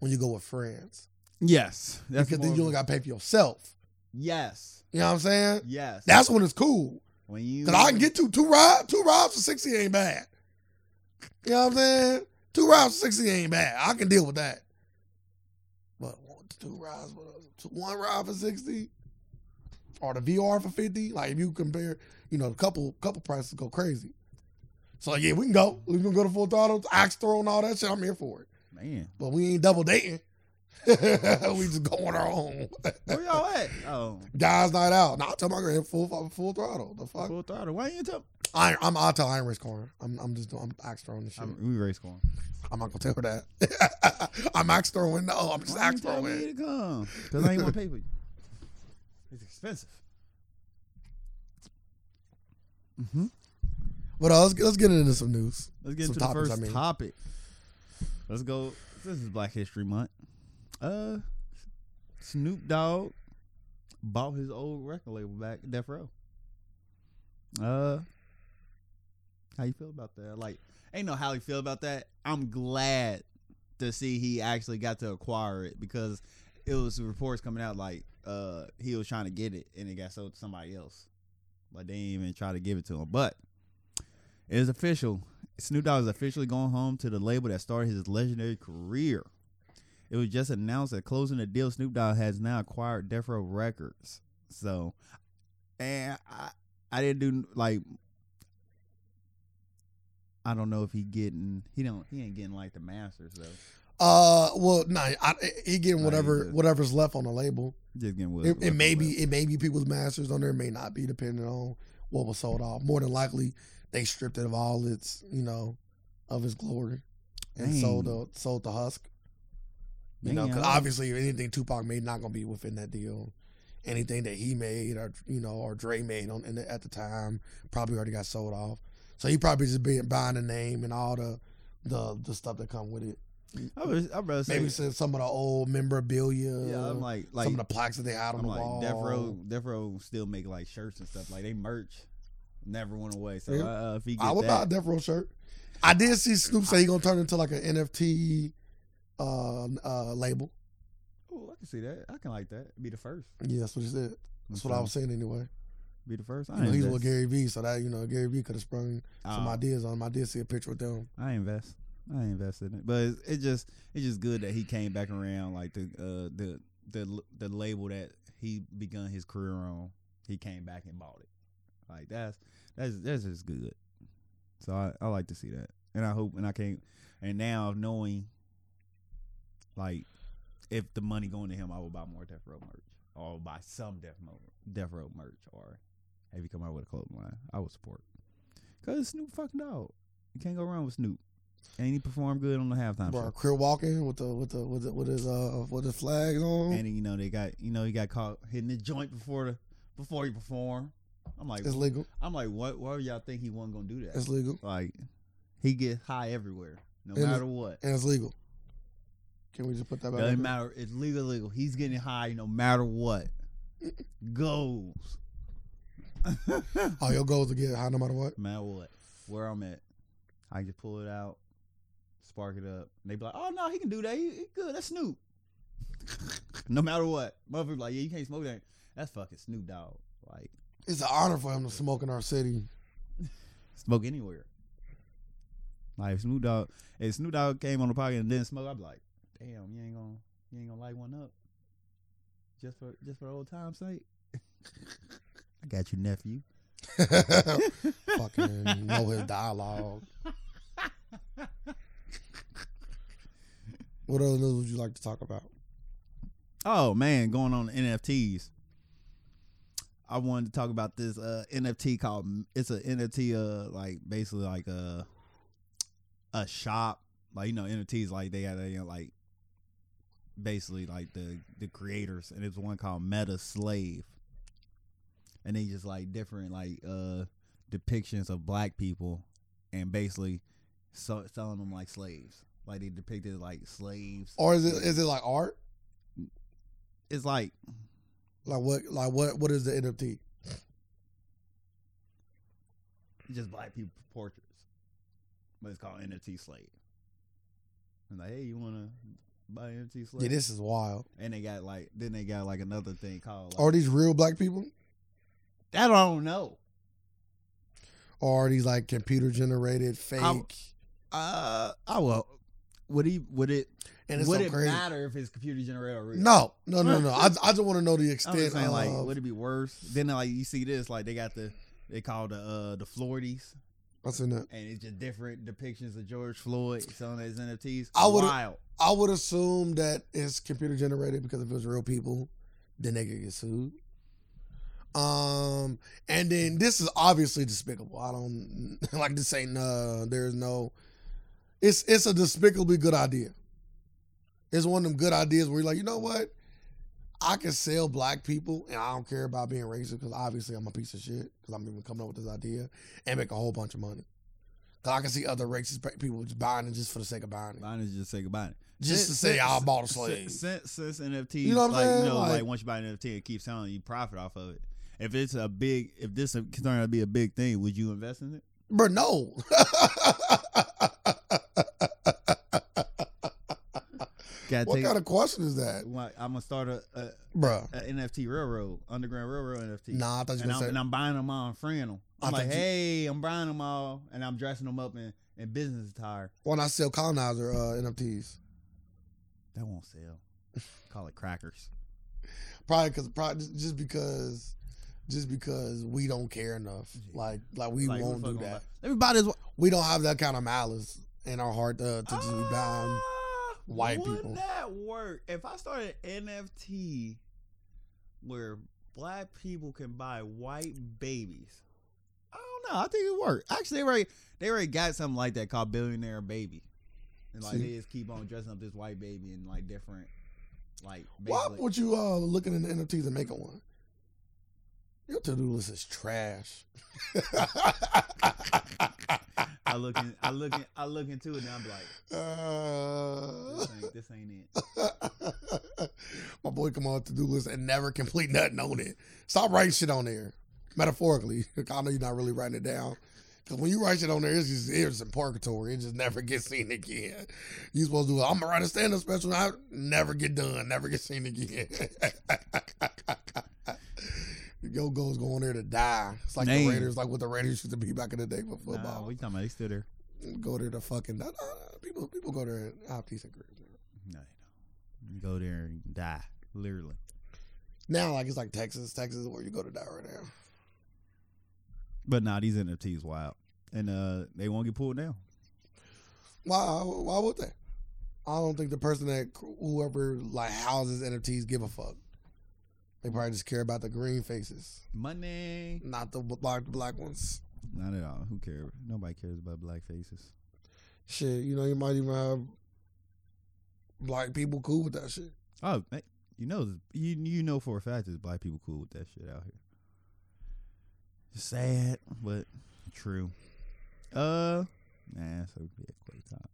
when you go with friends
yes, that's
because then
more
you
of
only
a-
got to pay for yourself.
yes,
You know what I'm saying?
yes.
That's when it's cool.
when you
Cause I can get two two rides, two rides for sixty ain't bad. You know what I'm saying? Two rides for sixty ain't bad. I can deal with that. But two rides with us, two, one ride for sixty, or the VR for fifty. Like if you compare, you know, the couple couple prices go crazy. So yeah, we can go. We can go to Full Throttle, Axe Throw, and all that shit. I'm here for it.
Man,
But we ain't double dating. we just go on our own.
where y'all at? Oh,
Guys night out. Nah, I tell my girl full full throttle. The fuck.
full throttle. Why ain't you tell?
I, I'm I'll tell Iron Race Corner. I'm I'm just I'm axe throwing the shit.
I'm,
I'm,
we race going.
not gonna tell her that. I'm axe throwing. No, I'm just
Why
axe
ain't tell me
throwing.
to come? Cause I ain't want to pay for you. It's expensive. Mm-hmm.
But uh, let's let's get into some news.
Let's get
Some
into
topics,
the first
I mean.
topic. Let's go. This is Black History Month. Uh, Snoop Dogg bought his old record label back, Death Row. Uh, how you feel about that? Like, ain't no how you feel about that. I'm glad to see he actually got to acquire it because it was reports coming out like uh he was trying to get it and it got sold to somebody else. Like they didn't even try to give it to him, but it is official. Snoop Dogg is officially going home to the label that started his legendary career. It was just announced that closing the deal, Snoop Dogg has now acquired Death Row Records. So, and I, I didn't do like, I don't know if he getting he don't he ain't getting like the masters though.
Uh, well, nah, I, he getting
Nah, he
whatever
good.
whatever's left on the label.
Just getting what
It, it
what-
may
what-
be it may be people's masters on there. It may not be depending on what was sold off. More than likely, they stripped it of all its you know of its glory and
Dang.
sold the sold the husk. You know,
Dang,
'cause
I-
obviously anything Tupac made not gonna be within that deal. Anything that he made or you know or Dre made on in the, at the time probably already got sold off. So he probably just been buying the name and all the the the stuff that come with it.
I was I was
Maybe
maybe
some, some of the old memorabilia.
yeah. I'm like like
some of the plaques that they had on
I'm
the
like
wall.
Death Row Death Row still make like shirts and stuff like they merch never went away. So
Yeah.
uh, if he get
I would
that,
buy a Death Row shirt. I did see Snoop say he gonna turn into like an NFT uh, uh, label.
Oh, I can see that. I can like that. Be the first.
Yeah, that's what he said. That's what I was saying anyway.
Be the first. I
You know, he's with
invest.
Gary Vee, so that you know Gary Vee could have sprung some
Uh,
ideas on him. I did see a picture with them.
I invest. I invest in it, but it's, it just it's just good that he came back around like the uh, the the the label that he begun his career on. He came back and bought it. Like that's that's that's just good. So I, I like to see that, and I hope and I can't. And now knowing, like, if the money going to him, I will buy more Death Row merch, or I'll buy some Death Row Death Row merch, or if he come out with a clothing line, I will support. Cause Snoop fucking dog, you can't go wrong with Snoop, and he performed good on the halftime
Bro,
show.
career walking with the with the with, the, with his uh with his flags on.
And you know they got you know he got caught hitting the joint before the before he performed. I'm like
it's legal.
I'm like what? Why do y'all think he wasn't gonna do that?
It's legal.
Like he gets high everywhere, no
And-
matter what.
And it's legal. Can we just put that back?
Doesn't
up?
matter. It's legal, legal. He's getting high no matter what. Goals. no
Oh, your goal is to get high no matter what.
matter what. Where I'm at. I just pull it out, spark it up. And they be like, oh, no, he can do that. He, he good. That's Snoop. no matter what. Motherfucker like, yeah, you can't smoke that. That's fucking Snoop Dogg. Like,
It's an honor for him to smoke in our city.
smoke anywhere. Like, if Snoop Dogg, if Snoop Dogg came on the podcast and didn't smoke, I'd be like, damn, you ain't gonna, you ain't gonna light one up. Just for, just for old time's sake. I got you, nephew.
Fucking know his dialogue. What other news would you like to talk about?
Oh man, going on to NFTs. I wanted to talk about this uh, NFT called it's a NFT uh like basically like a a shop like you know NFTs like they got you know, like basically like the the creators and it's one called Meta Slave, and they just like different like uh depictions of black people and basically so, selling them like slaves like they depicted like slaves
Or is it is it like art?
it's like
Like what? Like what? What is the NFT?
just black people portraits. But it's called NFT slave. And like, hey, you wanna buy NFT slave?
Yeah, this is wild.
and they got like then they got like another thing called like,
Are these real black people?
that I don't know.
Or are these like computer generated fake?
I'm- Uh I will would he would it
And it's
would
so
it
crazy.
matter if it's computer generated or real?
No, no, no, no. I, I just want to know the
I'm just
extent
saying,
of
like, would it be worse? Then, like, you see this, like, they got the they call the uh the Floridies,
what's in that.
and it's just different depictions of George Floyd selling his NFTs.
I would've-
Wild.
I would assume that it's computer generated because if it was real people, then they could get sued. Um, and then this is obviously despicable. I don't like this ain't uh there's no it's it's a despicably good idea. It's one of them good ideas where you're like, you know what? I can sell black people and I don't care about being racist because obviously I'm a piece of shit because I'm even coming up with this idea and make a whole bunch of money. 'Cause I can see other racist pe- people just buying it just for the sake of buying it
Mine is just say goodbye.
just to say I bought a slave.
Since, since NFTs,
You know what I'm
like
saying?
you know, like,
Like-
once you buy an NFT, it keeps selling. You profit off of it. If it's a big, if this is going to be a big thing, would you invest in it?
But no.
Gotta
what
take-
kind of question is that?
like, I'm gonna start a, a,
Bruh.
a NFT railroad, underground railroad NFT.
Nah, I thought you
and
were
I'm,
saying
and I'm buying them all and freeing them.
I
I'm like,
thought you-
hey, I'm buying them all, and I'm dressing them up in, in business attire.
when I sell colonizer uh, NFTs.
That won't sell. Call it crackers.
Probably because probably just because just because we don't care enough. Like like we
Like, who the
won't
fuck
do
gonna
that.
buy- Let me buy this.
We don't have that kind of malice in our heart uh, to just be bound.
Ah,
white
would
people.
that work? If I started NFT where black people can buy white babies, I don't know. I think it worked. Actually, they already they already got something like that called Billionaire Baby, and like
See.
they just keep on dressing up this white baby in like different like.
Why
basically-
would you uh looking in the NFTs and making one? Your to do list is trash.
I look in, I look in, I look into it and I'm like,
Uh,
this ain't, this ain't it.
my boy come on to do list and never complete nothing on it. Stop writing shit on there. Metaphorically, I know you're not really writing it down. Cause when you write shit on there, it's just it's in purgatory. It just never gets seen again. You supposed to do I'm gonna write a stand up special. I never get done, never get seen again. Your goal's going there to die. It's like
Name.
the Raiders, like what the Raiders used to be back in the day for football
Nah, what you talking about? They still there?
go there to fucking nah, nah, people people go there and have decent careers.
No, they don't. You go there and die, literally.
Now like it's like Texas, Texas is where you go to die right now.
But nah, these NFTs wild, and uh, they won't get pulled down.
Why why would they? I don't think the person that whoever like houses NFTs give a fuck. They probably just care about the green faces,
Money,
not the black the black ones.
not at all. Who cares? Nobody cares about black faces.
Shit, you know you might even have black people cool with that shit.
Oh, they- you know, you you know for a fact that black people cool with that shit out here. Sad, but true. Uh, nah, so yeah, Clay Top.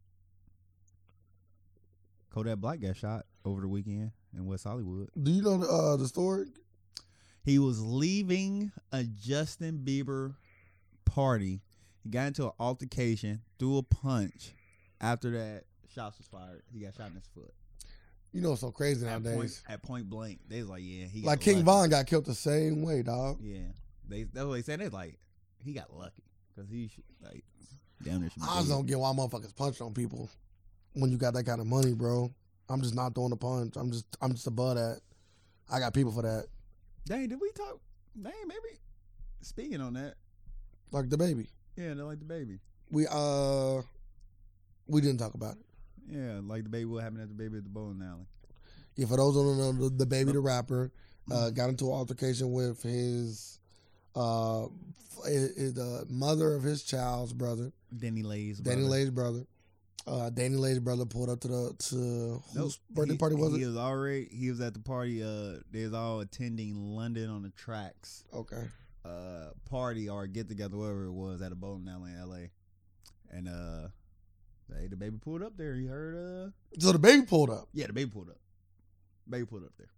Kodak Black got shot over the weekend in West Hollywood.
Do you know the, uh, the story?
He was leaving a Justin Bieber party. He got into an altercation, threw a punch. After that, shots was fired. He got shot in his foot.
You know it's so crazy
At point,
nowadays.
at point blank, they was like, "Yeah, he got
Like King
lucky.
Von got killed the same way, dog.
Yeah, they that's what they said. They like he got lucky because he should, like damn near should be
I just
dead.
don't get why motherfuckers punch on people when you got that kind of money, bro. I'm just not throwing a punch. I'm just I'm just above that. I got people for that.
Dang, did we talk? Dang, maybe speaking on that.
Like the baby.
Yeah, they like the baby.
We uh we didn't talk about it.
Yeah, like the baby. What happened at the baby at the bowling alley?
Yeah, for those who don't know, the, the baby the rapper
Mm-hmm.
uh, got into an altercation with his uh f- i- i- the mother of his child's brother,
Danny Lay's.
Danny
brother.
Lay's brother. Uh, Danny Lay's brother pulled up to the to
Nope,
whose birthday
he-
party was
he
it?
was already. He was at the party. Uh, they was all attending London on the tracks.
Okay.
uh party or get together, whatever it was, at a bowling alley in L.A. And uh, hey, the baby pulled up there. He heard uh,
So the baby pulled up.
yeah, the baby pulled up. Baby pulled up there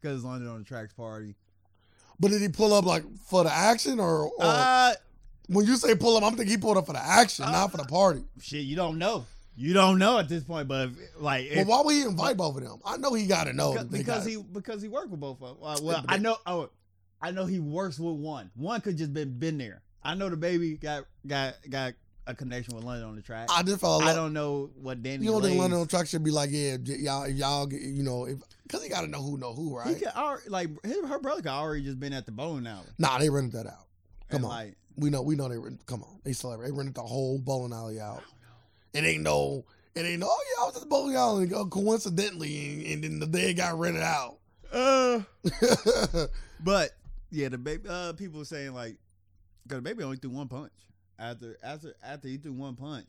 because London on the tracks party.
But did he pull up like for the action or, or
Uh,
when you say pull up, I'm thinking he pulled up for the action, not for the party.
shit, you don't know. You don't know at this point, but if, like
But
if,
why would he invite both of them? I know he got to know
because,
that Oh, they
because
got-
he because he worked with both of them. Uh, well,
but
I
they-
know. Oh, I know he works with one. One could just been been there. I know the baby got got got a connection with London on the track. I,
I did follow.
don't know what Danny.
you don't think
Glaze-
London on track should be like, yeah, j- y'all, if y'all, get- you know, because he got to know who know who,
He
right?
could already, like his, her brother could already just been at the bowling alley.
Nah, they rented that out.
And,
Come on.
like,
We know, we know they rented. Come on, they still they rented the whole bowling alley out. It ain't no, it ain't no. Oh yeah, I was at the bowling alley uh, coincidentally, and, and then the day it got rented out.
uh, but yeah, the baby. Uh, people were saying like, because baby only threw one punch. After after after he threw one punch,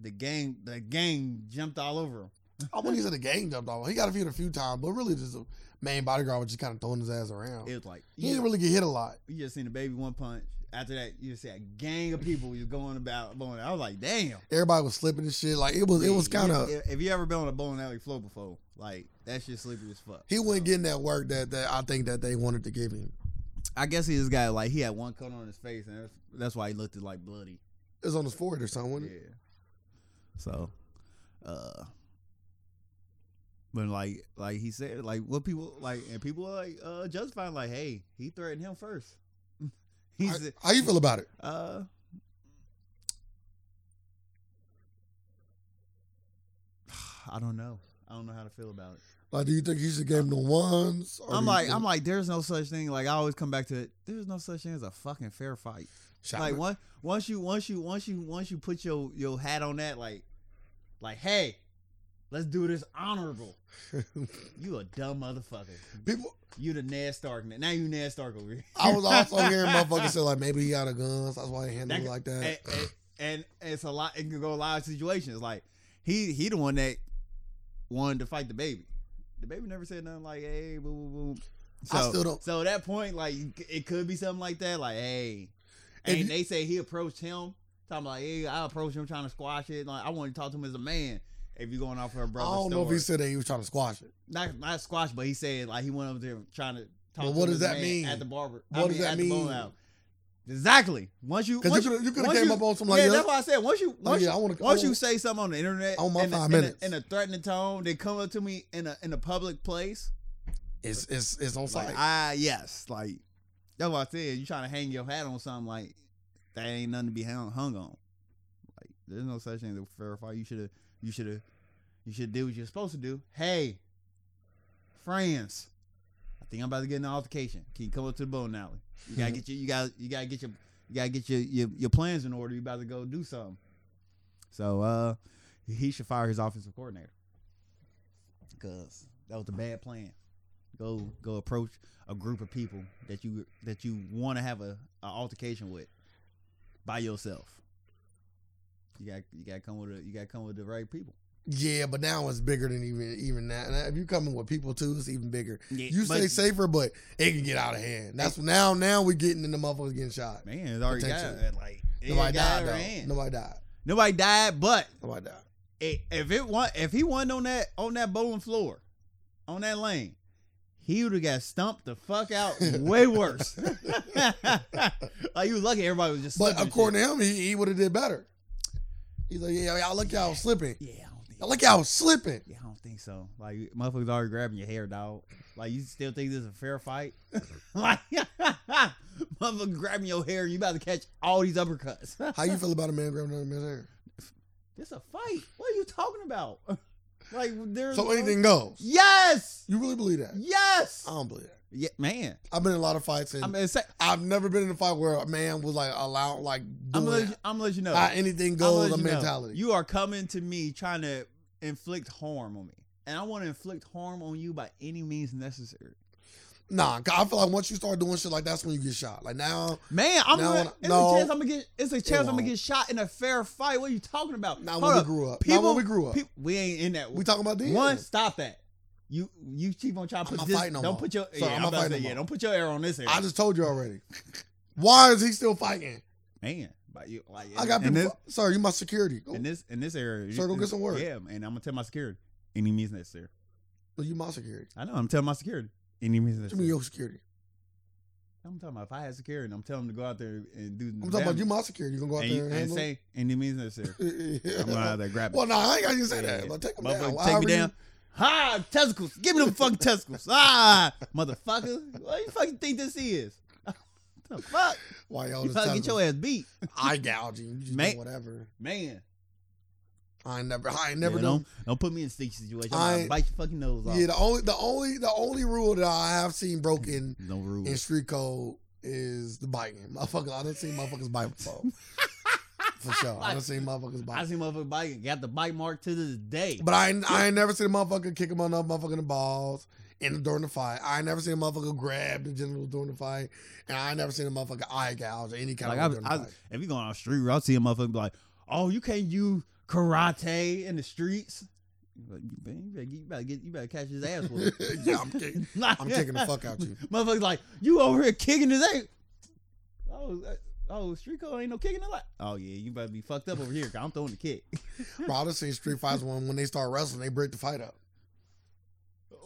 the gang the gang jumped all over him.
I wouldn't even say the gang jumped off. He got a few a few times, but really just a main bodyguard was just kind of throwing his ass around.
It was like
Oh. he didn't really get hit a lot.
you just seen the baby one punch. After that, you just see a gang of people just going about bowling. I was like, damn.
Everybody was slipping and shit. Like it was, it was
Yeah,
kind of.
If, if you ever been on a bowling alley floor before, like that shit sleepy as fuck.
He wasn't getting that work that, that I think that they wanted to give him.
I guess he just got like he had one cut on his face, and that's, that's why he looked like bloody.
It was on his forehead or something. wasn't
Yeah.
it?
So, uh, but like like he said, like what people like, and people are like uh justifying like, hey, he threatened him first. he
How-
said,
how, you feel about it?
uh. I don't know. I don't know how to feel about it.
Like, do you think he should give him the ones? or
I'm
do you
like,
think-
I'm like, there's no such thing. Like I always come back to, it. there's no such thing as a fucking fair fight.
Shot
like
him.
once, once you, once you, once you, once you put your your hat on that, like, like, hey, let's do this honorable. you a dumb motherfucker.
people.
You the Ned Stark. Now you Ned Stark over here.
I was also hearing motherfuckers say like maybe he got a gun, so that's why he handled
That-
it like that.
and, and, and it's a lot. It can go a lot of situations. Like he he the one that wanted to fight the baby. The baby never said nothing like hey boo boo boo. So,
I still don't-
So at that point, like it could be something like that. Like hey,
If
and
you-
they say he approached him. Talking like hey, I approached him trying to squash it. Like I want to talk to him as a man. If you're going off her
I
brother's
don't know
story,
if he said that he was trying to squash it.
not not squash, but he said like he went up there trying to talk.
But
to
what
him
does
as a
that
man
mean?
at the barber? I
What does
mean,
that
at the bowling
mean?
alley. Exactly. Once you
Because
once
you could you could have
once
came
you-
up on some like
yeah,
yeah,
that's why I said once you
like,
once,
yeah, I want to.
you, once you say something on the internet
I want my
in, a,
five
in a-
minutes.
in a threatening tone, they come up to me in a in a public place.
it's it's it's on
It's like
site.
ah yes, like that's what I said. You trying to hang your hat on something like that ain't nothing to be hung, hung on. Like there's no such thing as a fair fight. You should have you should have you should do what you're supposed to do. Hey, friends, I think I'm about to get in an altercation. Can you come up to the bowling alley? You gotta get your you gotta you gotta get your you gotta get your your, your plans in order. You about to go do something. So uh he should fire his offensive coordinator. Cause that was a bad plan. Go go approach a group of people that you that you want to have a, a altercation with by yourself. You got you got to come with a, you got to come with the right people.
yeah, but now it's bigger than even even that. And if you coming with people too, it's even bigger. You
But-
stay safer, but it can get out of hand. That's now. Now we getting into motherfuckers getting shot.
man. It's already got
Potential.
like it
Nobody
got
died
out of
though.
hand.
Nobody died.
Nobody died, but
Nobody died.
it, if it won, if he won on that on that bowling floor, on that lane, he would have got stumped the fuck out way worse. like you was lucky everybody was just.
But
slipping and
according to him, he, he would have did better. He's like, yeah, y'all look y'all was slipping.
shit. yeah, I don't think.
Y'all look y'all was slipping.
Yeah, I don't think so. Like motherfuckers already grabbing your hair, dog. Like you still think this is a fair fight? like motherfucker grabbing your hair, you about to catch all these uppercuts.
How you feel about a man grabbing another man's hair?
this a fight? What are you talking about? like there's
So
no-
anything Um, goes.
Yes,
You really believe that?
yes.
I don't believe that.
yeah, man.
I've been in a lot of fights and
I'm gonna say,
I've never been in a fight where a man was like allowed like
I'm
doing
gonna, let you, I'm gonna let you know.
how anything
I'ma let
goes a
you know.
mentality.
You are coming to me trying to inflict harm on me, and I want to inflict harm on you by any means necessary.
Nah, 'cause I feel like once you start doing shit like that's when you get shot. Like now,
Man, I'm
No,
gonna,
no,
it's
no.
a chance I'm gonna get it's a chance I'm gonna
won't.
get shot in a fair fight. What are you talking about?
not
Hold
when we
up.
grew up. not
People-
when we grew up.
Pe- we ain't in that.
we talking about this.
One, stop that. You you keep on trying to
I'm
put
not
this.
fighting no
don't
more.
put your
Sorry,
yeah,
I'm
I'm
not
about to
fighting
say, yeah,
no more.
don't put your arrow on this area.
I just told you already. Why is he still fighting?
man, but you like
I got
in
people.
this
Sir, you my security. Go,
in this in this area. you-
Sir, go
in-
get some work.
Yeah, and I'm gonna tell my security any means necessary.
you my security.
I know I'm telling my security any means
What you
necessary.
mean your security?
I'm talking about if I had security, I'm telling them to go out there and do.
I'm talking about you my security. You gonna go out
And,
there
you,
and,
and
handle
say any means necessary.
it?
I'm going out there and grab it.
Well, no, I ain't gotta even say that.
Yeah.
But take him
Motherfucker,
down.
Take me
However you-
down. Ha! Testicles. Give me them fucking testicles. Ah! Motherfucker. What do you fucking think this is? the fuck?
Why y'all
You
just
probably
telling
get your
me
ass beat.
eye gouging? You just
Man.
do whatever.
Man.
I ain't never, I ain't never
Yeah,
done.
don't, don't put me in a sticky situation.
I-
I, will bite your fucking nose off.
Yeah, the only, the only, the only rule that I have seen broken
no rules.
in street code is the biting. Motherfucker, I done seen motherfuckers bite before. For sure, I done seen motherfuckers
I
bite.
see motherfucker bite, got the bite mark to this day.
But I, ain't, I ain't never seen a motherfucker kick him on another motherfucker in the balls and during the fight. I ain't never seen a motherfucker grab the genitals during the fight, and I ain't never seen a motherfucker eye gouge or any kind
like
of
I,
way during the
I,
fight.
if you going on the street, route, I see a motherfucker be like, "Oh, you can't use karate in the streets." Like, you, better, you better get, you better get, you better catch his ass with it.
yeah, I'm kidding.
Like-
I'm kicking the fuck out you.
Motherfuckers like, you over here kicking his ass. Oh, that- oh, street code ain't no kicking it. Like, oh yeah, you better be fucked up over here. i I'm throwing the kick.
Bro, I done seen street fights when when they start wrestling, they break the fight up.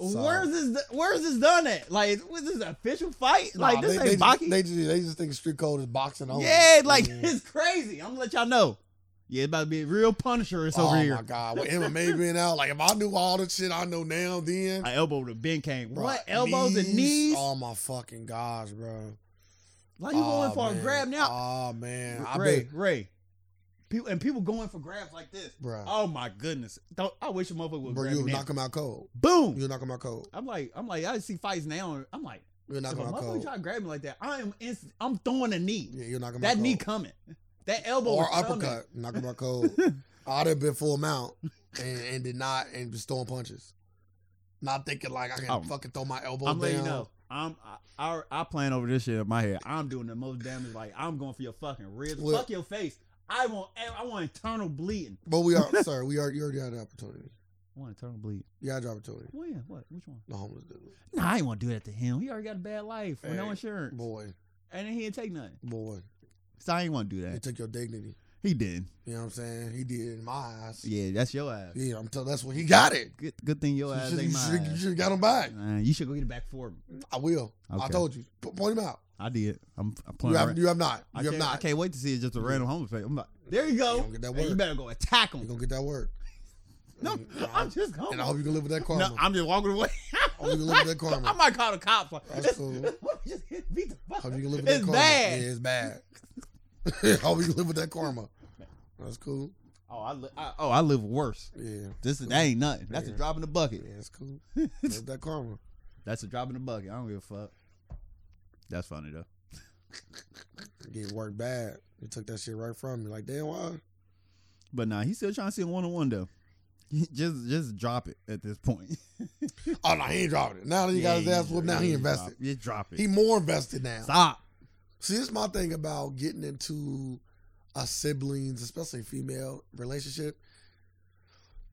So-
Where's this? Where's this done at? Like, was this an official fight?
Nah,
like, this
they,
ain't
they,
boxing.
just, they just they just think street code is boxing only. Mm.
yeah, like
Yeah.
it's crazy. I'm gonna let y'all know. Yeah, it's about to be a real punisher. It's over
oh
here.
my god, with MMA being out, like if I knew all the shit I know now, then
I elbow to Ben Kane.
bro,
what elbows and knees?
Oh my fucking gosh, bro!
like you
oh,
going for
man.
a grab now?
Oh man, I
Ray,
bet,
Ray. People and people going for grabs like this.
bro.
Oh my goodness! Don't, I wish a motherfucker would
bro,
grab
you
me now.
knock him out cold.
Boom!
You knock him out cold.
I'm like, I'm like, I see fights now. and I'm like,
You knock
if a
him out
motherfucker
cold.
try to grab me like that, I am, inst- I'm throwing a knee.
Yeah, you knock him out.
that
cold.
knee coming. That elbow
or
is coming.
uppercut, knock him out cold. I'd have been full amount and, and did not and just throwing punches, not thinking like I can
Oh.
fucking throw my elbow
I'm
down.
letting you know. I'm I, I I plan over this shit in my head. I'm doing the most damage. Like I'm going for your fucking ribs.
Well-
Fuck your face. I want I want internal bleeding.
But we are sorry, we are you already had the opportunity.
I want internal bleeding.
You had the opportunity.
When? What? Which one?
The homeless dude,
Nah, I ain't want to do that to him. He already got a bad life with
Hey,
no insurance,
boy,
and then he didn't take nothing.
boy,
So I ain't want to do
you
that.
took your dignity.
He didn't.
You know what I'm saying? He did in my eyes. Yeah,
Yeah, that's your ass.
I'm telling. That's when he got it.
Good good thing your ass
You
ain't
should
mine.
you should got him back.
Uh, you should go get it back for me.
I will. I
Okay.
told you. P- Point him out.
I did. I'm, I'm
You
playing.
have,
around.
you have not.
I,
You
can't,
have
I
not.
can't wait to see it's just a random homeless face. I'm like, there you
You
go.
don't get that
Hey, you
word.
better go attack
You
him.
gonna get that work.
No,
Mm,
I'm just going.
And I hope you can live with that karma.
No, I'm just walking away.
I hope you can live with that
I
karma.
might call the cops. Like,
That's
"Just-
cool.
let me just get- beat the
I
fuck
hope
up."
you can live with
It's
that karma.
bad.
Yeah, it's bad. I hope you can live with that karma. That's cool.
Oh, I, li- I oh I live worse.
Yeah.
This is that ain't nothing. That's
Yeah.
a drop in the
Yeah,
bucket.
it's cool. Live with that karma.
That's a drop in the bucket. I don't give a fuck. That's funny though.
Get worked bad. You took that shit right from me. Like, damn, why?
But nah, he's still trying to see one on one though. just just drop it at this point.
Oh, no, he ain't dropping it. Now that he got his
Yeah,
ass whooped, now he
yeah,
invested.
Drop, just drop it.
He more invested now.
Stop.
See, this is my thing about getting into a siblings, especially female relationship.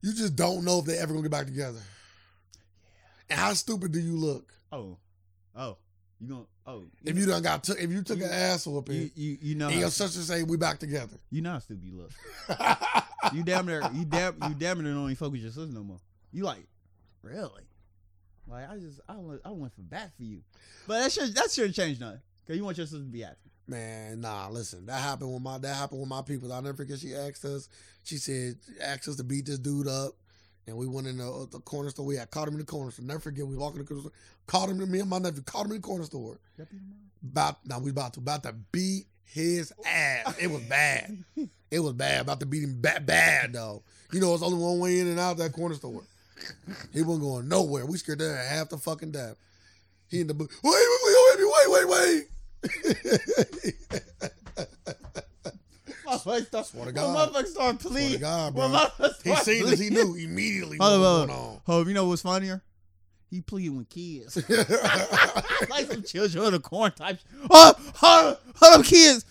You just don't know if they ever gonna get back together. And how stupid do you look
Oh, oh, you gonna oh
if you done got took if you took
You-
an ass whooping
you you, you know
and
how,
your sister say we back together?
you know how stupid you look. You damn near you damn you damn near don't even fuck with your sister no more. You like, really? Like I just I went I went for bat for you, but that should that should change nothing because you want your sister to be happy.
Man, nah, listen, that happened with my that happened with my people. I'll never forget she asked us, she said, asked us to beat this dude up. And we went in the, the corner store. We had caught him in the corner store. Never forget, we walked in the corner store. Caught him, me and my nephew caught him in the corner store. About now, we about to about to beat his ass. It was bad. It was bad. About to beat him bad, bad though. You know, it's only one way in and out that corner store. He wasn't going nowhere. We scared that half the fucking death. He in the booth. Wait, wait, wait, wait, wait, wait, wait.
My motherfucker start,
Swear to
when
God.
motherfucker start
Swear to
pleading.
God,
When
bro.
motherfucker
He
start
seen this, he
pleading.
knew immediately what was
Hold
going on.
Oh, you know what's funnier? He pleaded with kids. like some children of the corn type. Oh, hold up, hold up, kids.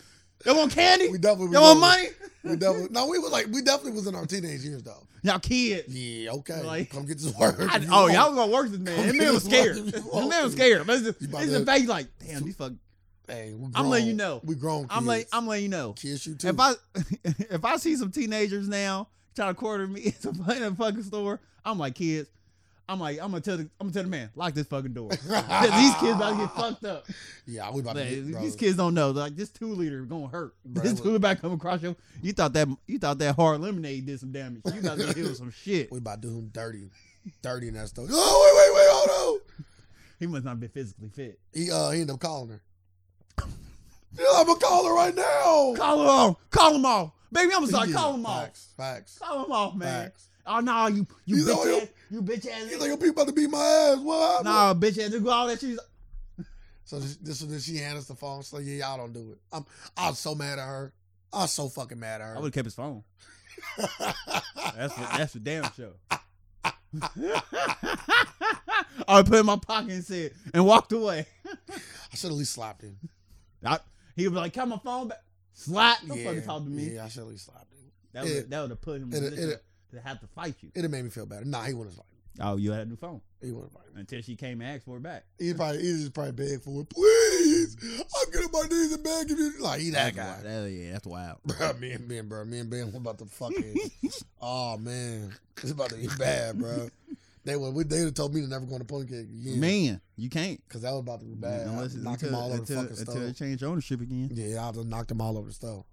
Y'all want candy?
we definitely we
Y'all want
definitely-
money?
We definitely no, we was like we definitely was in our teenage years though.
Y'all kids.
Yeah, okay.
Like-
Come get this work.
I,
if you
oh,
want.
y'all was gonna work this man. This man was scared.
You
This
want
man was
to.
scared. But it's just,
You about
it's the
to-
fact like, damn, these fuck.
Hey, we
I'm letting
grown.
you know.
We grown. Kids.
I'm like, I'm letting you know.
kids. You too.
If I if I see some teenagers now trying to quarter me in some in a fucking store, I'm like, kids. I'm like, I'm gonna tell the I'm gonna tell the man, lock this fucking door. 'Cause these kids about to get fucked up.
Yeah, we about
Like,
to. Get, bro.
these kids don't know. Like this two liter gonna hurt.
Bro,
this
look.
two liter about to come across you. You thought that you thought that hard lemonade did some damage. You about to get hit with some shit.
We about to do him dirty, dirty in that stuff. Oh wait, wait, wait, hold on.
He must not be physically fit.
He uh, he ended up calling her. Yeah, I'm gonna call her right now.
Call them all. Call them all. Baby, I'm sorry. Call them all.
Facts. Facts.
Call them all, man.
Facts.
Oh, no, you, you
You know
bitch
you-
ass. You bitch
You
ass.
think people about to beat my ass? What? happened?
Nah, bitch ass. Just go all that shit.
So this, this is this she handles the phone. She's like, yeah, y'all don't do it. I'm I'm so mad at her. I'm so fucking mad at her.
I would have kept his phone. That's for, that's for damn sure. I put it in my pocket and said, and walked away.
I should at least slapped him.
I, he was like, "Cut my phone back." Slap. Don't fucking talk to me.
Yeah, I should at least slapped him.
That would
It-
that would have put him in
it-
position
it-
to have to fight you.
It'd have made me feel better. Nah, he wouldn't have slapped me.
Oh, you had a new phone
He wouldn't have slapped me.
until she came and asked for it back.
He probably he just probably begged for it. Please, I'm getting on my knees and begging you. Like he that
That's
guy.
wild. Hell yeah, that's wild.
Bruh, me and Ben, bro, me and Ben, we about to fucking. oh man, it's about to be bad, bro. They would, we- they would have told me to never go on a pumpkin again,
Man, you can't
because that was about to be bad.
unless
Unless
it's
knocked
until,
them all over
until,
the fucking
until
stove.
it changed ownership again.
Yeah, I'll just knock them all over the stove.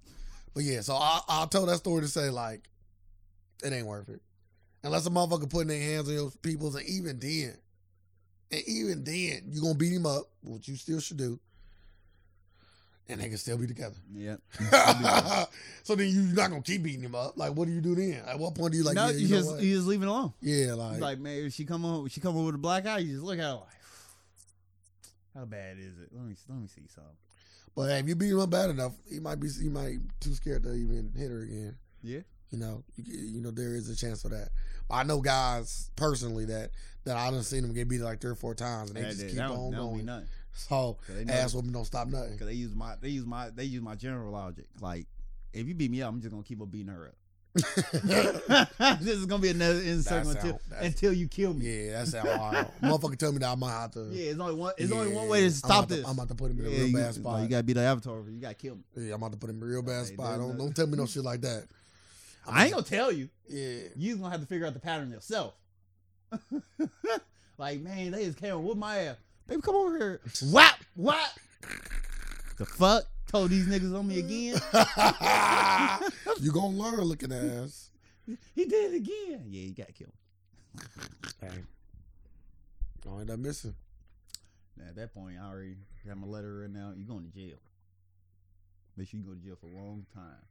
But yeah, so I, I'll tell that story to say like, it ain't worth it, unless a motherfucker putting their hands on your peoples, and even then, and even then, you gonna beat him up, which you still should do, and they can still be together.
Yeah.
so then you're not gonna keep beating him up. Like, what do you do then? At what point do you like?
no,
yeah,
you,
you know
just
what?
you just leave it alone.
yeah,
It's
like,
like man, if she come on, she come over with a black eye. You just look at her like, how bad is it? Let me let me see something.
but hey, if you beat him up bad enough, he might be he might too scared to even hit her again.
Yeah.
you know, you, you know, there is a chance for that. But I know guys personally that that I done seen them get beat like three or four times, and they
That-
just
that-
keep
that don't-
on
that don't mean
going.
nothing.
So
'Cause they know-
ass women don't stop nothing.
Cause they use my they use my they use my general logic. Like if you beat me up, I'm just gonna keep on beating her up. this is gonna be another in circle
sound-
until,
that's-
until you kill me.
yeah, that's how hard. Motherfucker, tell me that I might have to.
Yeah, it's only one it's only one
yeah,
way to
I'm
stop
about to-
this.
I'm about to put him in a
Yeah,
real
you,
bad
like,
spot.
you gotta be the avatar. You gotta kill me.
yeah, I'm about to put him in a real bad
Hey,
spot.
there's
Don't,
no-
don't tell me no shit like that. I'm
I ain't
about
gonna tell you.
to- Yeah.
You gonna have to figure out the pattern yourself. like man, they just came and whooped my ass. Baby, come over here. Whap whap. The fuck told these niggas on me again.
you gonna learn looking ass.
he did it again. Yeah, you gotta kill me.
Hey. Don't end up missing.
Now, at that point, I already got my letter right now. You're going to jail. But you can go to jail for a long time.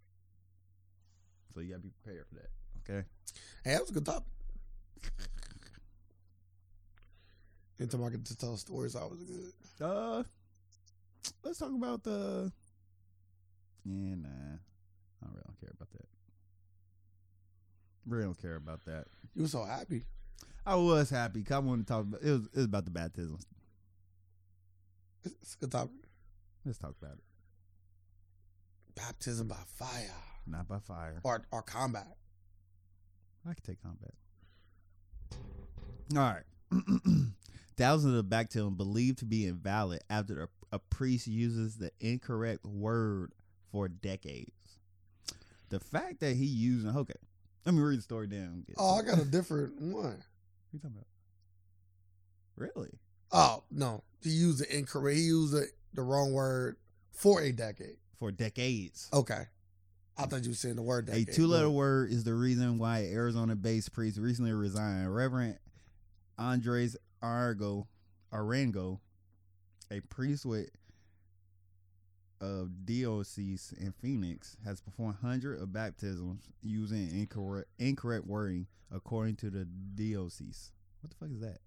So you got to be prepared for that. Okay?
Hey, that was a good topic. Anytime I get to tell stories, I was good.
Uh, Let's talk about the. Yeah, nah. I really don't care about that. Really don't care about that.
You were so happy.
I was happy 'cause I wanted to talk about it. Was, it was about the baptisms.
It's, it's a good topic.
Let's talk about it.
Baptism by fire
Not by fire.
or, or combat.
I can take combat. All right. Thousands of bacterium believed to be invalid after a, a priest uses the incorrect word for decades. The fact that he used okay, let me read the story down.
Oh, I got a different one.
you talking about? Really?
Oh, no. He used the incorrect, he used the, the wrong word for a decade.
For decades.
Okay. I thought you were saying the word
A
decade.
two letter word is the reason why Arizona based priest recently resigned. Reverend Andres Argo Arango, a priest with of diocese in Phoenix, has performed hundreds of baptisms using incorrect incorrect wording according to the diocese. What the fuck is that?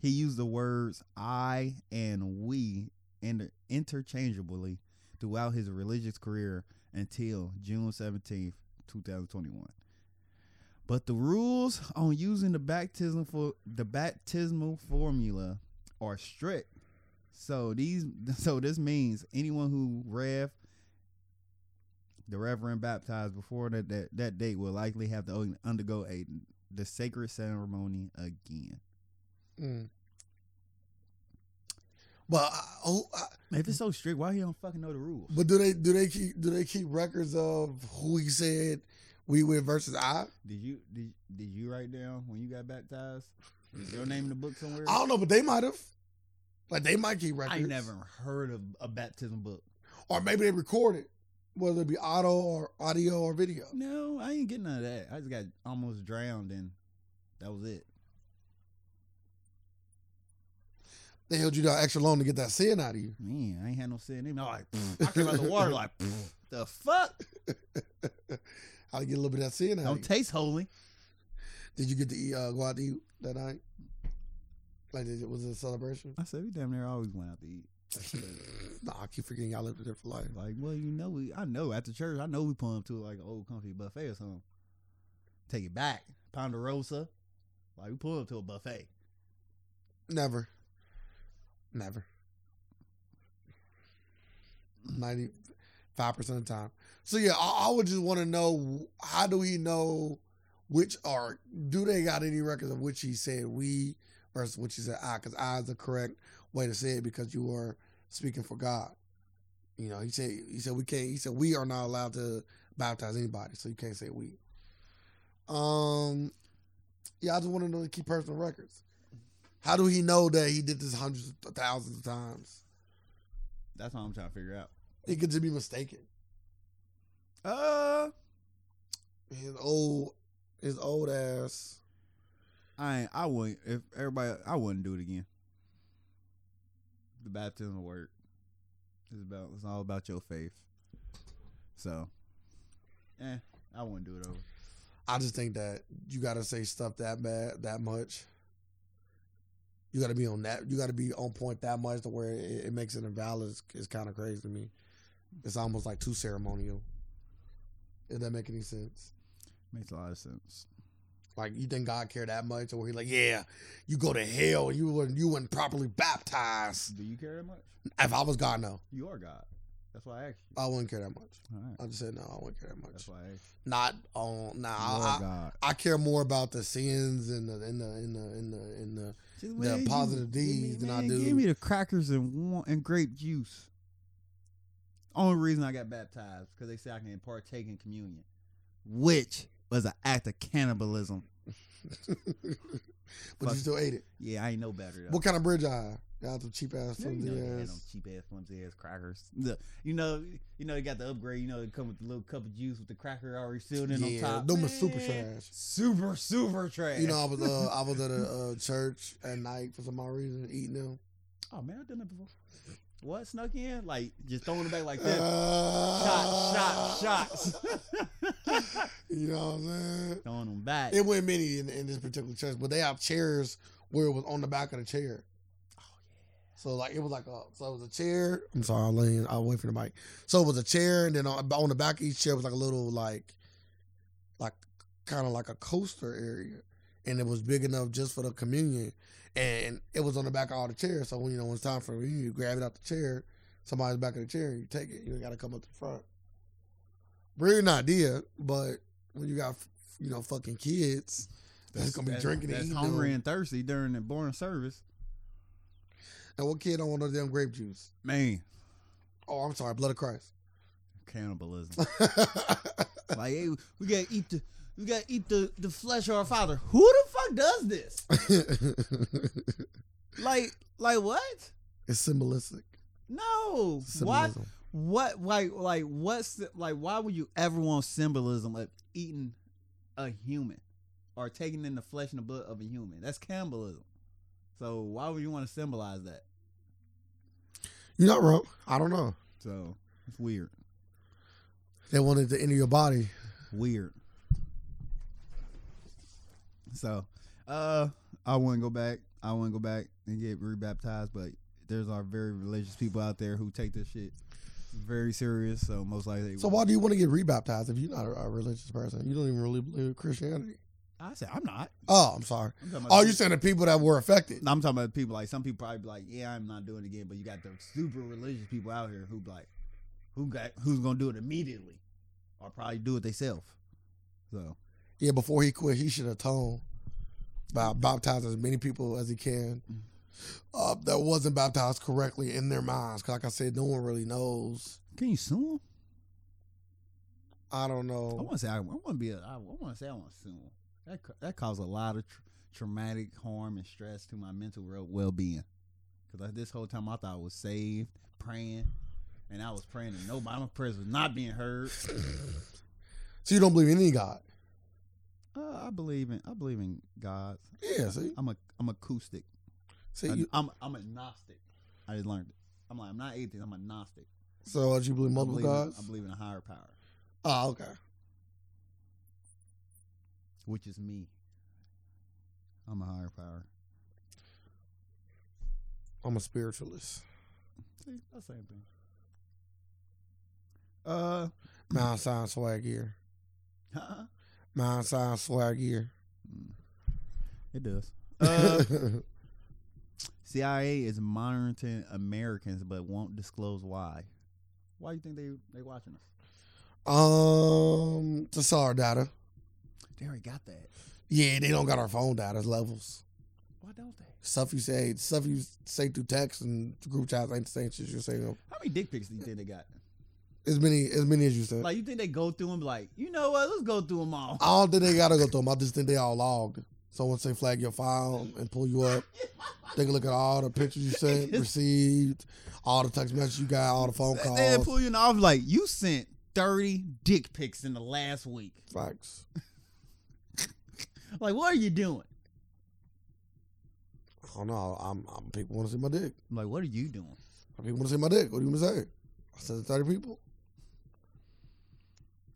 He used the words I and we inter- interchangeably throughout his religious career until June 17th, 2021. But the rules on using the baptism for the baptismal formula are strict. So these so this means anyone who rev the reverend baptized before that, that that date will likely have to un- undergo a the sacred ceremony again.
Mm. But I, oh, I,
If it's so strict, why he don't fucking know the rules?
but do they do they keep do they keep records of who he said we with versus I?
Did you did, did you write down when you got baptized? Is your name in the book somewhere?
I don't know, but they might have. Like they might keep
I
records.
ain't never heard of a baptism book.
Or maybe they record it, whether it be auto or audio or video.
No, I ain't getting none of that. I just got almost drowned and that was it.
They held you down extra long to get that sin out of you.
Man, I ain't had no sin. in me. I'm like, I came out the water like, "Pfft, the fuck?
How to get a little bit of that sin out of
Don't
you.
taste holy.
Did you get to eat, uh, go out to eat that night? Like, did, it- was it a celebration?
I said, we damn near always went out to eat.
nah, I keep forgetting y'all lived there for life.
Like, well, you know, we I know after church, I know we pull up to like an old comfy buffet or something. Take it back, Ponderosa. Like we pull up to a buffet.
Never. Never. 95% of the time. So, yeah, I, I would just want to know how do we know which are, do they got any records of which he said we versus which he said I? Because I is the correct way to say it because you are speaking for God. You know, he said, he said, we can't, he said, we are not allowed to baptize anybody. So you can't say we. Um, yeah, I just want to know the key personal records. How do he know that he did this hundreds of thousands of times?
That's what I'm trying to figure out.
He could just be mistaken.
Uh,
His old, his old ass.
I ain't, I wouldn't if everybody I wouldn't do it again. The baptism of work is about it's all about your faith. So, eh, I wouldn't do it over.
I just think that you got to say stuff that bad, that much. You got to be on that. You got to be on point that much to where it, it makes it invalid. It's, it's kind of crazy to me. It's almost like too ceremonial. If that make any sense.
Makes a lot of sense.
Like you think God care that much, or he like, yeah, you go to hell. You weren't you weren't properly baptized.
Do you care that much?
If I was God, no,
You are God. That's why I asked you.
I wouldn't care that much.
All right.
I just said no, I wouldn't care that much.
That's why I asked
Not on nah.
you. You are
I,
God.
I care more about the sins and the and the and the and the, and the
She said,
the
"Man,
positive
give me-
deeds than I
man,
do."
Give me the crackers and wa- and grape juice. Only reason I got baptized because they said I can partake in communion, which was an act of cannibalism.
but you
Fuck.
still ate it.
Yeah, I ain't no better. Though.
What kind of bridge I have? Y'all have some cheap ass
Yeah, you know
food.
they had them
yes.
cheap ass flimsy ass crackers. The- you know, you know they got the upgrade. You know they come with the little cup of juice with the cracker already sealed in on
Yeah,
top.
them was super
Man,
trash.
Super super trash.
You know, I was uh, I was at a uh, church at night for some odd reason eating them.
oh man, I've done that before. What snuck in? Like just throwing it back like that.
Uh,
shot, shot, shots.
You know what I'm saying?
throwing them back.
It went many in, in this particular church, but they have chairs where it was on the back of the chair. So like it was like a so it was a chair. I'm sorry, I'm laying I away from the mic. So it was a chair, and then on, on the back of each chair was like a little like, like kind of like a coaster area, and it was big enough just for the communion, and it was on the back of all the chairs. So when you know when it's time for communion, you grab it out the chair, somebody's back of the chair, and you take it. You got to come up to the front. Brilliant idea, but when you got you know fucking kids, that's, gonna be drinking
that's
and eating.
hungry
them.
and thirsty during the boring service.
And what kid don't want no damn grape juice?
Man,
Oh, I'm sorry, blood of Christ.
cannibalism. like hey, we gotta eat the we gotta eat the the flesh of our father. Who the fuck does this? Like like what?
it's symbolistic.
No. What?
Symbolism.
What? Like like what's the, like? Why would you ever want symbolism of eating a human or taking in the flesh and the blood of a human? That's cannibalism. So why would you want to symbolize that?
You're not wrong. I don't know.
So it's weird.
They wanted to enter your body.
weird. So, uh, I wouldn't go back. I wouldn't go back and get rebaptized. But there's our very religious people out there who take this shit very serious. So most likely, they
So why do you want to get rebaptized if you're not a, a religious person? You don't even really believe Christianity.
I said I'm not.
Oh, I'm sorry.
I'm talking about
Oh, you're saying the people that were affected.
I'm talking about people like some people probably be like, yeah, I'm not doing it again. But you got the super religious people out here who be like, who got who's gonna do it immediately, or probably do it themselves. So
Yeah, before he quit, he should atone by baptizing as many people as he can uh, that wasn't baptized correctly in their minds. 'Cause like I said, no one really knows.
can you sue him?
I don't
I
know.
want to say I, I want to be a, I, I want to say I want to sue him. That ca- that caused a lot of tr- traumatic harm and stress to my mental well being. Because this whole time I thought I was saved, praying, and I was praying and nobody my prayers was not being heard.
So you don't believe in any God?
Uh, I believe in I believe in God.
Yeah. See,
I'm a I'm acoustic.
See,
I-
you,
I'm I'm agnostic. I just learned it. I'm like I'm not atheist. I'm agnostic.
so uh, you believe
I
multiple
believe, in,
gods?
I believe in a higher power,
Oh, okay.
which is me. I'm a higher power.
I'm a spiritualist.
See, that's the same thing. Uh,
Mine sound swag here.
huh?
Mine sound swag here.
it does. Uh, CIA is monitoring Americans but won't disclose why. Why do you think they they watching us?
um, to sell our data.
They already got that.
Yeah, they don't got our phone data levels.
Why don't they?
Stuff you say, stuff you say through text and group chats ain't the same shit you're saying.
How many dick pics do you think they got?
As many, as many as you said.
Like you think they go through them? Like you know what? Let's go through them all.
I don't think they gotta go through them. I just think they all logged. So once they flag your file and pull you up, they can look at all the pictures you sent, received, all the text messages you got, all the phone
They- They
calls.
pull you in the office like you sent thirty dick pics in the last week.
Facts.
Like what are you doing?
I don't know. I'm, I'm people want to see my dick.
I'm like what are you doing?
People want to see my dick. What do you want to say? I said to thirty people.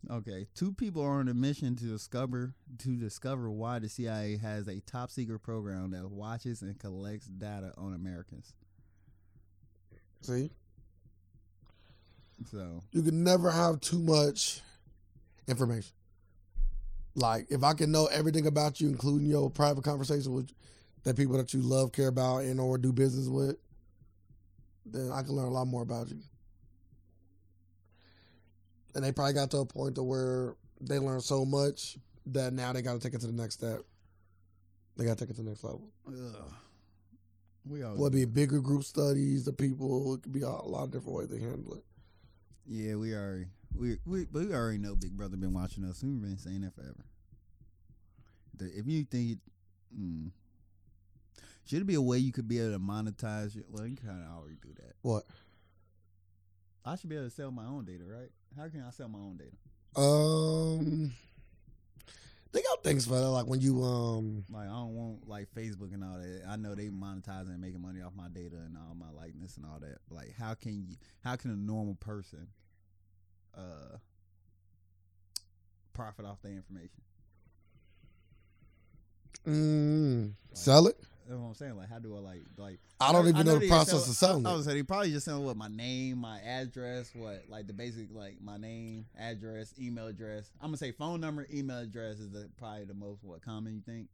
Okay, two people are on a mission to discover to discover why the CIA has a top secret program that watches and collects data on Americans.
See,
So
you can never have too much information. Like if I can know everything about you, including your private conversation with the people that you love, care about, and or do business with, then I can learn a lot more about you. And they probably got to a point to where they learned so much that now they got to take it to the next step. They got to take it to the next level.
ugh, we all
Well, it'd be bigger group studies, the people. It could be a lot of different ways they handle it.
yeah we already we we but we already know Big Brother been watching us. We've been saying that forever. The- if you think it, mm, should it be a way you could be able to monetize your well you kind of already do that.
What?
I should be able to sell my own data, right? How can I sell my own data?
Um, they got things for that. Like when you um,
Like I don't want like Facebook and all that. I know they monetizing and making money off my data and all my likeness and all that. Like how can you how can a normal person uh profit off their information?
mm, sell it.
That's what I'm saying. Like how do I like like
I don't even know,
they
the process
sell-
of selling
I
it.
was saying they probably just selling what my name, my address, what like the basic like my name, address, email address. I'm gonna say phone number, email address is the, probably the most what common you think.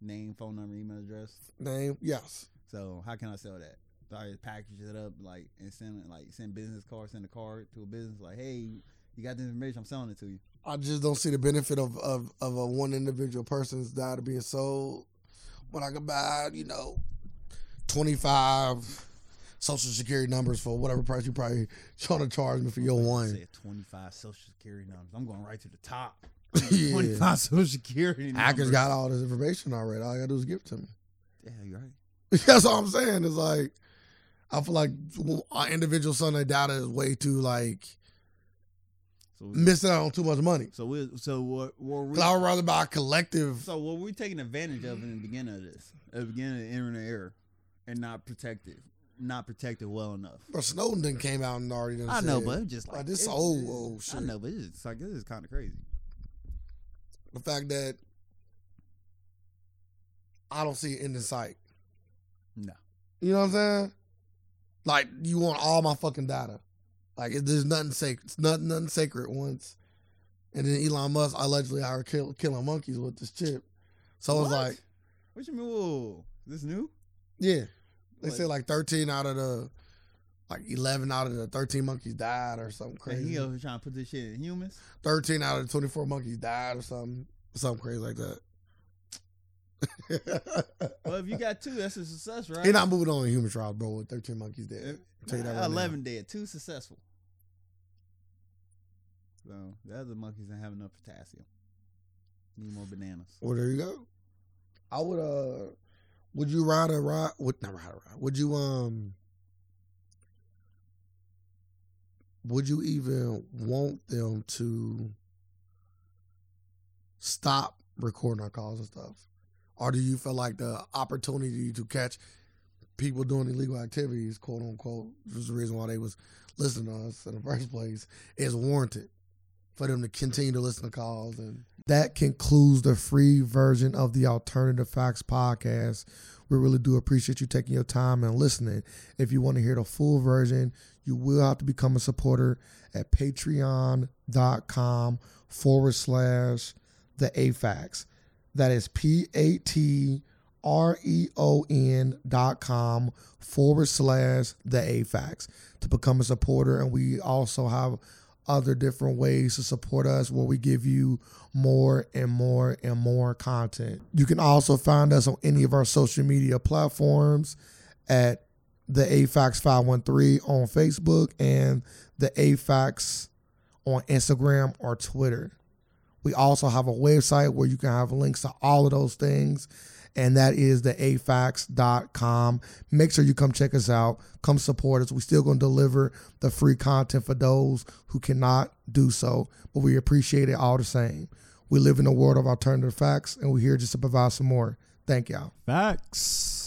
Name, phone number, email address.
Name? Yes.
So how can I sell that? So I just package it up like and send it like send business cards, send a card to a business like, hey, you got this information, I'm selling it to you.
I just don't see the benefit of of of a one individual person's data being sold. When I could buy, you know, twenty five social security numbers for whatever price you probably trying to charge me for your one.
Said twenty five social security numbers. I'm going right to the top.
Yeah.
Twenty five social security numbers.
Hackers got all this information already. All you gotta do is give it to me.
Yeah, you're right.
That's all I'm saying. Is like, I feel like our individual Sunday data is way too like
So we-
missing out on too much money.
so we so what were we
'Cause I would rather buy a collective.
so what we taking advantage of in the beginning of this, at the beginning of the internet era, and not protected, not protected well enough.
Bro, Snowden done came out and already. Done
I know,
said-
but it's just like,
Like, this
it's-
old, old
I
shit.
know, but it's just like this is kind of crazy.
the fact that I don't see it in the sight.
No.
You know what I'm saying? Like you want all my fucking data. Like it, there's nothing sacred. Nothing, nothing sacred once. And then Elon Musk allegedly are kill, killing monkeys with this chip. So it's
What?
like,
what you mean? Whoa, this new?
yeah, they
What?
said like 13 out of the, like 11 out of the 13 monkeys died or something
And
crazy.
he over trying to put this shit in humans.
13 out of the 24 monkeys died or something, something crazy like that.
Well, if you got two, that's a success, right?
He not moving on in human trials, bro. With thirteen monkeys
Uh,
dead. Tell you that right now.
Eleven dead, two successful. So the other monkeys don't have enough potassium. Need more bananas.
Well, there you go. I would uh, would you ride a ride? Would not ride a ride? Would you um? Would you even want them to stop recording our calls and stuff, or do you feel like the opportunity to catch people doing illegal activities, quote unquote, which is the reason why they was listening to us in the first place, is warranted for them to continue to listen to calls. And that concludes the free version of the Alternative Facts podcast. We really do appreciate you taking your time and listening. If you want to hear the full version, you will have to become a supporter at patreon.com forward slash the AFAX. That is P A T R E O N dot com forward slash the AFAX to become a supporter. And we also have other different ways to support us where we give you more and more and more content. You can also find us on any of our social media platforms at the AFAX 513 on Facebook and the AFAX on Instagram or Twitter. We also have a website where you can have links to all of those things, and that is the afax.com. Make sure you come check us out, come support us. We're still going to deliver the free content for those who cannot do so, but we appreciate it all the same. We live in a world of alternative facts, and we're here just to provide some more. Thank y'all.
Facts.